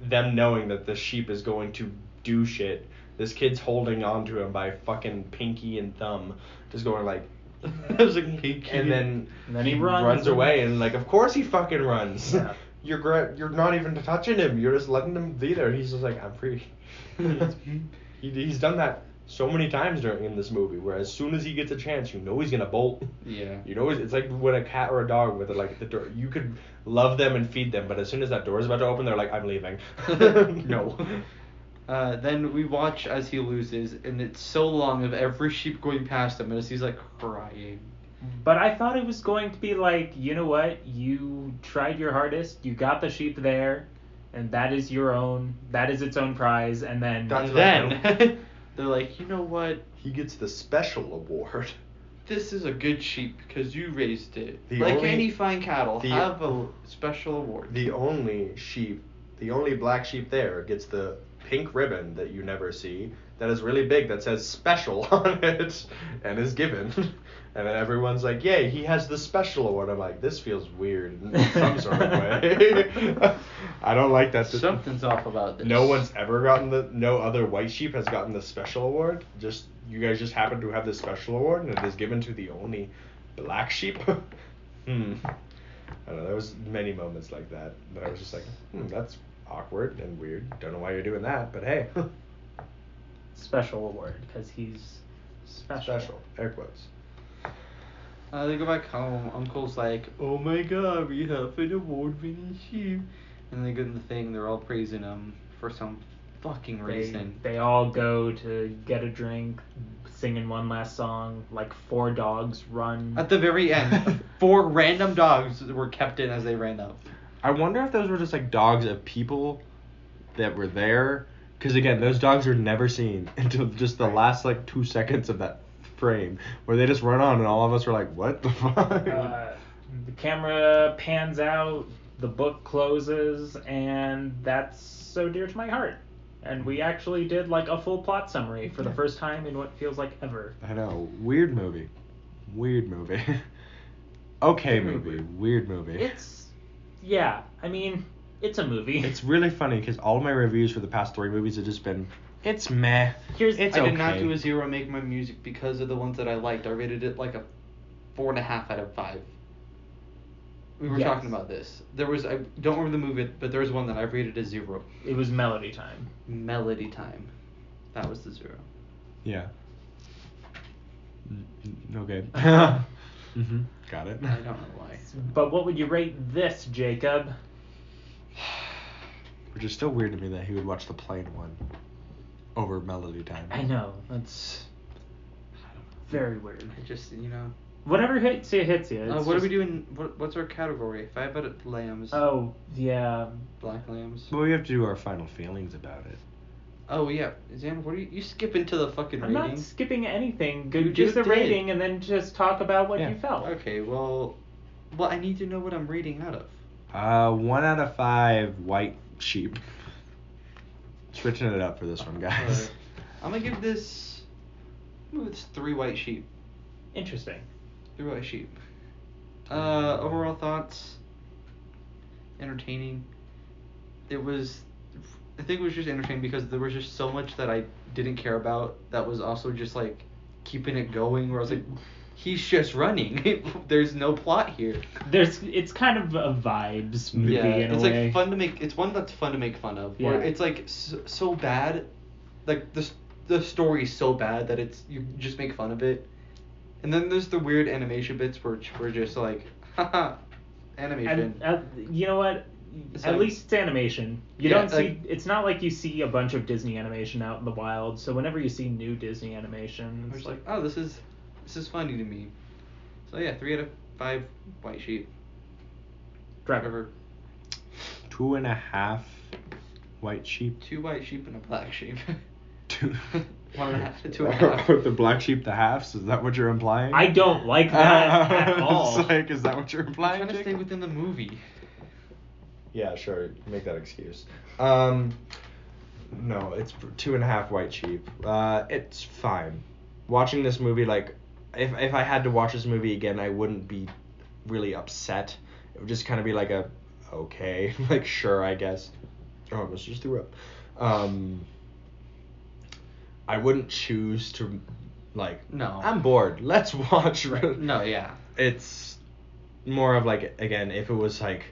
A: them knowing that the sheep is going to do shit, this kid's holding on to him by fucking pinky and thumb, just going like,
B: I was like, "Hey, kid."
A: and then
C: And then he runs.
A: away, and like, of course he fucking runs.
C: Yeah.
A: You're gra- you're not even touching him. You're just letting him be there. He's just like, I'm free. he, he's done that so many times during in this movie, where as soon as he gets a chance, you know he's gonna bolt.
B: Yeah.
A: You know, it's like when a cat or a dog with like the door. You could love them and feed them, but as soon as that door is about to open, they're like, I'm leaving. no.
B: Uh, then we watch as he loses, and it's so long of every sheep going past him, and he's like crying.
C: But I thought it was going to be like, you know what? You tried your hardest. You got the sheep there, and that is your own. That is its own prize. And then
A: That's
B: And
A: what I
B: then they're like, you know what?
A: He gets the special award.
B: This is a good sheep because you raised it.
A: The
B: like
A: only-
B: any fine cattle,
A: the-
B: have a special award.
A: the only sheep, the only black sheep there gets the pink ribbon that you never see, that is really big that says special on it and is given. And then everyone's like, yay, he has the special award. I'm like, this feels weird in some sort of way. I don't like that.
B: Something's off about this.
A: No one's ever gotten the, no other white sheep has gotten the special award. Just, you guys just happen to have this special award and it is given to the only black sheep. hmm. I don't know. There was many moments like that that I was just like, hmm, that's awkward and weird. Don't know why you're doing that, but hey.
C: Special award because he's special.
A: Special. Air quotes.
B: Uh, they go back home. Uncle's like, "Oh my God, we have an award-winning sheep," and they go to the thing. They're all praising him for some fucking
C: They,
B: reason.
C: they all go to get a drink, singing one last song. Like four dogs run.
B: At the very end, four random dogs were kept in as they ran up.
A: I wonder if those were just like dogs of people that were there. Because again, those dogs are never seen until just the last like two seconds of that frame where they just run on and all of us were like, what the fuck?
C: Uh, the camera pans out, the book closes, and that's so dear to my heart. And we actually did like a full plot summary for the
A: Yeah.
C: first time in what feels like ever.
A: I know. Weird movie. Weird movie. okay
C: Weird
A: movie.
C: movie.
A: Weird movie.
C: It's, yeah, I mean, it's a movie.
A: It's really funny because all of my reviews for the past three movies have just been, it's meh.
C: Here's-
A: it's
B: I
A: okay.
B: did not do a zero make my music because of the ones that I liked. I rated it like a four and a half out of five. We were
C: Yes.
B: talking about this. There was I don't remember the movie, but there was one that I rated a zero.
C: It was melody time.
B: Melody time. That was the zero.
A: Yeah. N- n- Okay. hmm Got it.
B: Mm-hmm. I don't know why.
C: But what would you rate this, Jacob?
A: Which is still weird to me that he would watch the plain one over Melody Time.
C: I know that's very weird.
B: I just you know.
C: Whatever hits you hits you.
B: Uh,
C: It's
B: what are
C: just-
B: we doing? What, what's our category? Five out of lambs.
C: Oh yeah.
B: Black lambs.
A: But we have to do our final feelings about it.
B: Oh yeah, Xan, what are you? You skip into the fucking
C: I'm
B: rating.
C: not skipping anything.
B: You
C: Go do
B: just
C: the
B: did.
C: rating and then just talk about what
A: Yeah.
C: you felt.
B: Okay, well, well, I need to know what I'm reading out of.
A: Uh, one out of five white sheep. Switching it up for this one, guys.
B: Alright. I'm gonna give this. Ooh, it's three white sheep.
C: Interesting.
B: Three white sheep. Uh, overall thoughts. Entertaining. It was. I think it was just entertaining because there was just so much that I didn't care about that was also just like keeping it going. Where I was like, he's just running. There's no plot here.
C: There's it's kind of a vibes movie
B: Yeah,
C: in a
B: it's
C: way.
B: like fun to make. It's one that's fun to make fun of.
C: Yeah.
B: Where it's like so, so bad, like the s- the story's so bad that it's you just make fun of it. And then there's the weird animation bits where j- we're just like, haha, animation.
C: And, uh, you know what?
B: It's
C: At
B: like-
C: least it's animation. You
B: Yeah,
C: don't see.
B: like-
C: it's not like you see a bunch of Disney animation out in the wild. So whenever you see new Disney animation,
B: I'm
C: it's
B: just like, oh, this is this is funny to me. So yeah, three out of five white sheep.
C: Driver.
A: Two and a half white sheep.
B: Two white sheep and a black sheep.
A: Two.
B: One and a half- two and a half.
A: the black sheep, the halves. Is that what you're implying?
C: I don't like that at all.
A: It's like, is that what you're
B: I'm
A: implying?
B: trying to stay
A: Jacob?
B: within the movie.
A: Yeah, sure. Make that excuse. Um, no, it's p- two and a half white sheep. Uh, it's fine. Watching this movie, like, if if I had to watch this movie again, I wouldn't be really upset. It would just kind of be like a okay, like sure, I guess. Oh, I almost just threw up. Um, I wouldn't choose to, like.
B: No.
A: I'm bored. Let's watch.
B: No, yeah.
A: it's more of like again if it was like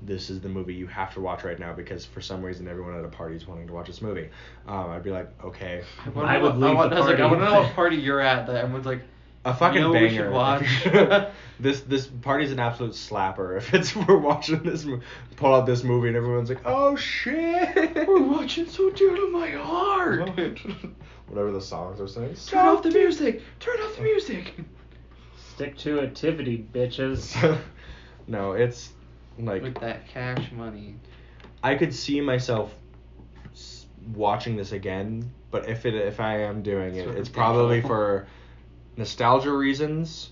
A: this is the movie you have to watch right now because for some reason everyone at a party is wanting to watch this movie um, i'd be like okay
C: I
B: know
C: would
B: what-
C: leave
B: want-
C: the
B: I was like, I
C: party.
B: want to know what party you're at that everyone's like,
A: a fucking
B: no,
A: banger
B: We should watch.
A: this this party's an absolute slapper if it's we're watching this mo- pull out this movie and everyone's like oh shit
B: We're watching So Dear to My Heart.
A: whatever the songs are saying
B: Turn off the music. Turn off the music.
C: Stick to activity, bitches.
A: no it's like
B: With that cash money.
A: I could see myself s- watching this again, but if it if I am doing it, it's probably for nostalgia reasons,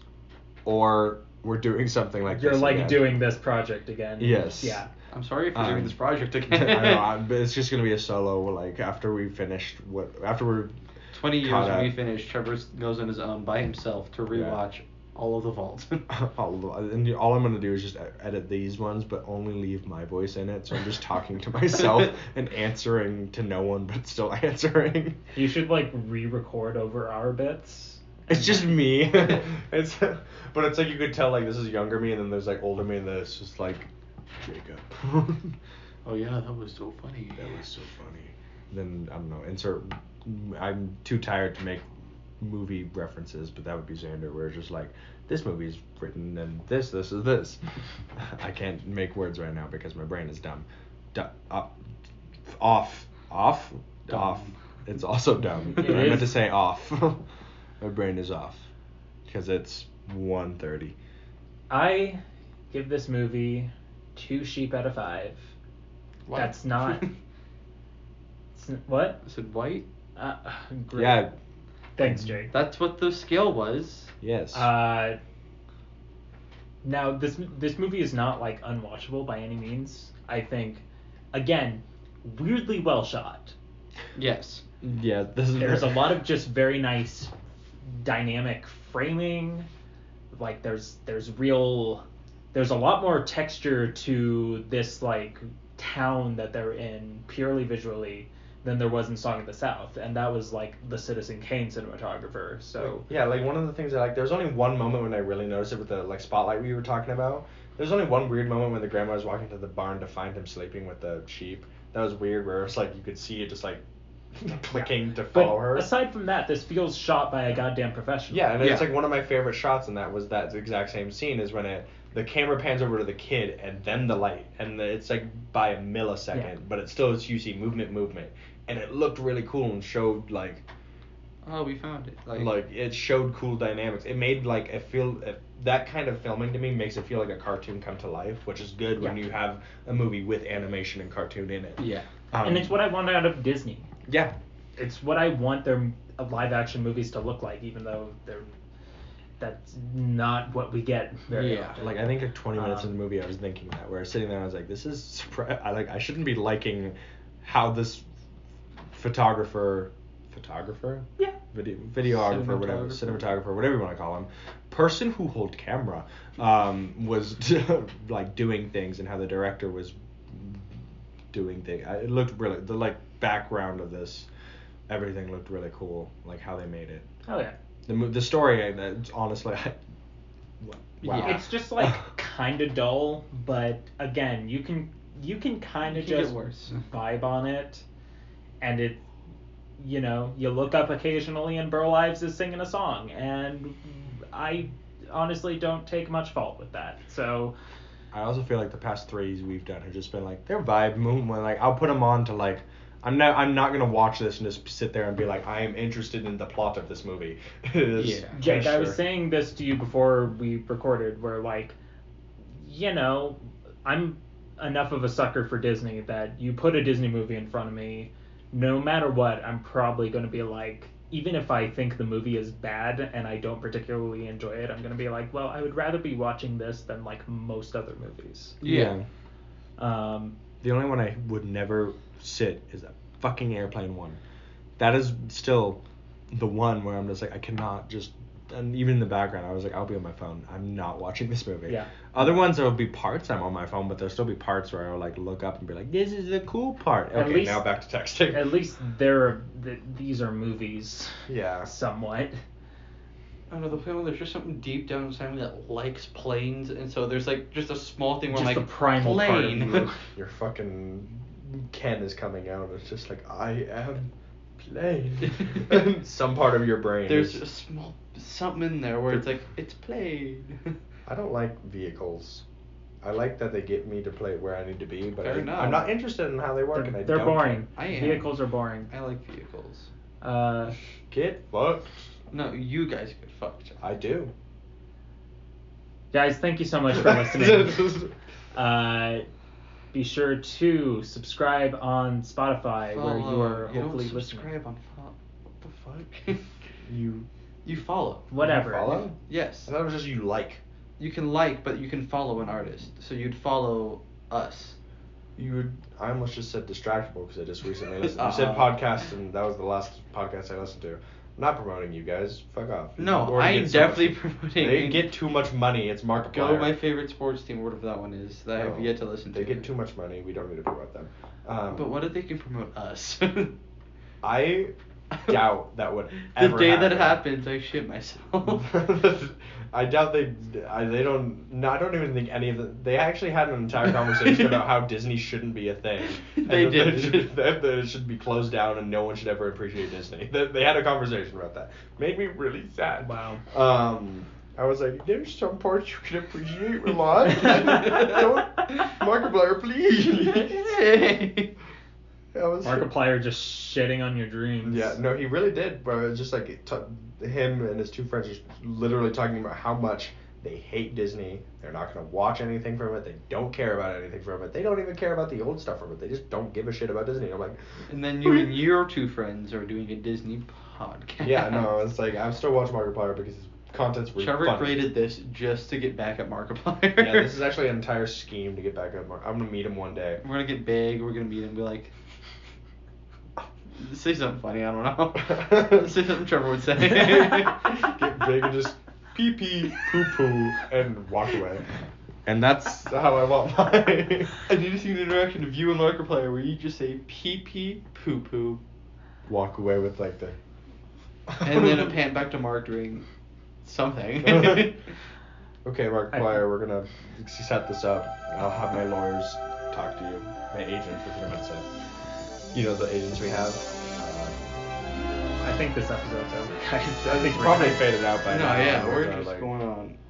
A: or we're doing something like
C: You're
A: this
C: like
A: again.
C: doing this project again.
A: Yes.
C: Yeah.
B: I'm sorry for doing
A: Um,
B: this project
A: I
B: again.
A: know, I- but it's just gonna be a solo. Like after we finished what after we're
B: Twenty years
A: Caught
B: when we
A: up.
B: finish, Trevor goes on his own by himself to
A: Yeah.
B: rewatch all of the vault.
A: all, and all I'm gonna do is just e- edit these ones, but only leave my voice in it. So I'm just talking to myself and answering to no one, but still answering.
C: You should like re-record over our bits.
A: It's just me. it's, but it's like you could tell like this is younger me, and then there's like older me, and then it's just like Jacob.
B: oh yeah, that was so funny.
A: that was so funny. Then I don't know. Insert. I'm too tired to make movie references, but that would be Xander, where it's just like this movie's written and this, this is this. I can't make words right now because my brain is dumb. Du- up, off, off,
B: Dumb.
A: off. It's also dumb.
B: It
A: I meant
C: is.
A: to say off. my brain is off because it's 1:30.
C: I give this movie two sheep out of five.
B: What?
C: That's not. It's, n- what?
B: I said white.
C: Uh, great.
A: Yeah.
C: Thanks, Jake.
B: That's what the scale was.
A: Yes.
C: Uh, now this this movie is not like unwatchable by any means. I think, again, weirdly well shot.
B: Yes.
A: yeah. This is
C: There's a lot of just very nice dynamic framing. Like there's there's real there's a lot more texture to this like town that they're in purely visually than there was in Song of the South, and that was like the Citizen Kane cinematographer. So
A: yeah, like one of the things that like there's only one moment when I really noticed it with the like spotlight we were talking about. There's only one weird moment when the grandma was walking to the barn to find him sleeping with the sheep. That was weird where it's like you could see it just like clicking to
C: But
A: follow her.
C: aside from that, this feels shot by a goddamn professional.
A: yeah, and it's
B: Yeah.
A: like one of my favorite shots in that was that exact same scene is when it the camera pans over to the kid and then the light and the, it's like by a millisecond,
C: Yeah.
A: but it still is you see movement movement. And it looked really cool and showed like
B: Oh, we found it. Like,
A: like, it showed cool dynamics. It made like a feel a, that kind of filming to me makes it feel like a cartoon come to life, which is good when
C: Yeah.
A: you have a movie with animation and cartoon in it.
B: Yeah.
A: Um,
C: and it's what I want out of Disney.
A: yeah,
C: It's what I want their live action movies to look like, even though they're that's not what we get very
B: Yeah,
C: often.
A: like I think like 20 minutes in
C: Um,
A: the movie I was thinking that where I was sitting there and I was like this is surpri- I like I shouldn't be liking how this photographer photographer
C: Yeah.
A: video videographer whatever
B: Cinematographer.
A: cinematographer whatever you want to call him person who hold camera um was like doing things and how the director was doing things it looked really the like background of this everything looked really cool like how they made it
C: Oh yeah.
A: the mo- the story uh, it's honestly I, wow
B: Yeah.
C: It's just like kind of dull, but again, you can you can kind
B: You
C: of
B: can get
C: just
B: worse.
C: vibe on it, and it, you know, you look up occasionally and Burl Ives is singing a song, and I honestly don't take much fault with that. So
A: I also feel like the past threes we've done have just been like they're vibe movement. Like I'll put them on to like I'm not I'm not gonna watch this and just sit there and be like I am interested in the plot of this movie. It's-
B: Yeah.
C: Jake, I was
A: sure.
C: saying this to you before we recorded, where like, you know, I'm enough of a sucker for Disney that you put a Disney movie in front of me, no matter what, I'm probably going to be like, even if I think the movie is bad and I don't particularly enjoy it, I'm going to be like, well, I would rather be watching this than like most other movies.
A: yeah.
B: Yeah.
C: Um,
A: The only one I would never sit is a fucking airplane one. That is still the one where I'm just like I cannot just and even in the background I was like I'll be on my phone. I'm not watching this movie.
C: Yeah.
A: Other ones there'll be parts I'm on my phone, but there'll still be parts where I'll like look up and be like this is the cool part.
C: At
A: Okay,
C: least-
A: now back to texting.
C: at least there are, th- these are movies,
A: Yeah.
C: somewhat.
B: I don't know the film. There's just something deep down inside me that likes planes, and so there's like just a small thing where I'm
C: Just
B: like
C: a primal part of
B: plane.
C: you.
A: Your fucking Ken is coming out. It's just like I am playing. Some part of your brain.
B: There's
A: is-
B: a small something in there where it's like it's plane.
A: I don't like vehicles. I like that they get me to play where I need to be, but
B: Fair
A: I,
B: enough.
A: am not interested in how they work. and I
C: They're, they're
A: don't
C: boring.
B: I am.
C: Vehicles are boring.
B: I like vehicles.
C: Uh,
A: Get fucked.
B: No, you guys get fucked.
A: I do.
C: guys, thank you so much for listening. uh, be sure to subscribe on Spotify where you are
B: you
C: hopefully
B: don't subscribe
C: listening.
B: on fo- what the fuck?
A: You
B: you follow.
C: Whatever.
A: You follow?
B: Yes.
A: I thought it was just you like.
B: You can like, but you can follow an artist. So you'd follow us.
A: you would. I almost just said distractible because I just recently listened. You said
E: Uh-uh.
A: podcast, and that was the last podcast I listened to. I'm not promoting you guys. Fuck off. You
E: No,
A: already
E: I'm
A: get so much-
E: definitely promoting-
A: They get too much money. It's Markiplier.
E: Go, my favorite sports team, whatever that one is, that
A: No,
E: I've yet to listen
A: Oh, they
E: to.
A: get too much money. We don't need to promote them. Um,
E: but what if they can promote us?
A: I doubt that would
E: The
A: ever
E: day that
A: happen.
E: happens, I shit myself.
A: I doubt they. I, they don't. No, I don't even think any of them. They actually had an entire conversation about how Disney shouldn't be a thing. and
E: They
A: that there
E: did.
A: should- That there should be closed down and no one should ever appreciate Disney. They, they had a conversation about that. Made me really sad.
C: Wow.
A: Um, I was like, there's some parts you can appreciate a lot. don't, Markiplier, please. I was
C: Markiplier just shitting on your dreams.
A: Yeah, no, he really did, bro. It's just like it took him and his two friends just literally talking about how much they hate Disney. They're not gonna watch anything from it. They don't care about anything from it. They don't even care about the old stuff from it. They just don't give a shit about Disney. I'm like,
E: and then you and your two friends are doing a Disney podcast.
A: yeah, no, it's like I still watch Markiplier because his content's really
E: Trevor
A: funny.
E: created this just to get back at Markiplier.
A: Yeah, this is actually an entire scheme to get back up. Mar- I'm gonna meet him one day.
E: We're gonna get big. We're gonna meet him. and Be like, say something funny. I don't know. say something Trevor would say.
A: Get big and just pee pee poo poo and walk away. And that's how I want my.
E: I need to see an interaction of you and Markiplier where you just say pee pee poo poo,
A: walk away with like the.
E: and then a pan back to Mark doing something.
A: Okay, Mark
C: I-
A: Blyer, we're gonna set this up. I'll have my lawyers talk to you, my agents, if you're gonna say. You know the agents we have. Uh,
C: I think this episode's over, guys. I think
A: it's
C: we're
A: probably
C: done.
A: faded out
E: no,
A: by now.
E: yeah, we're
A: uh,
E: just
A: like-
E: going on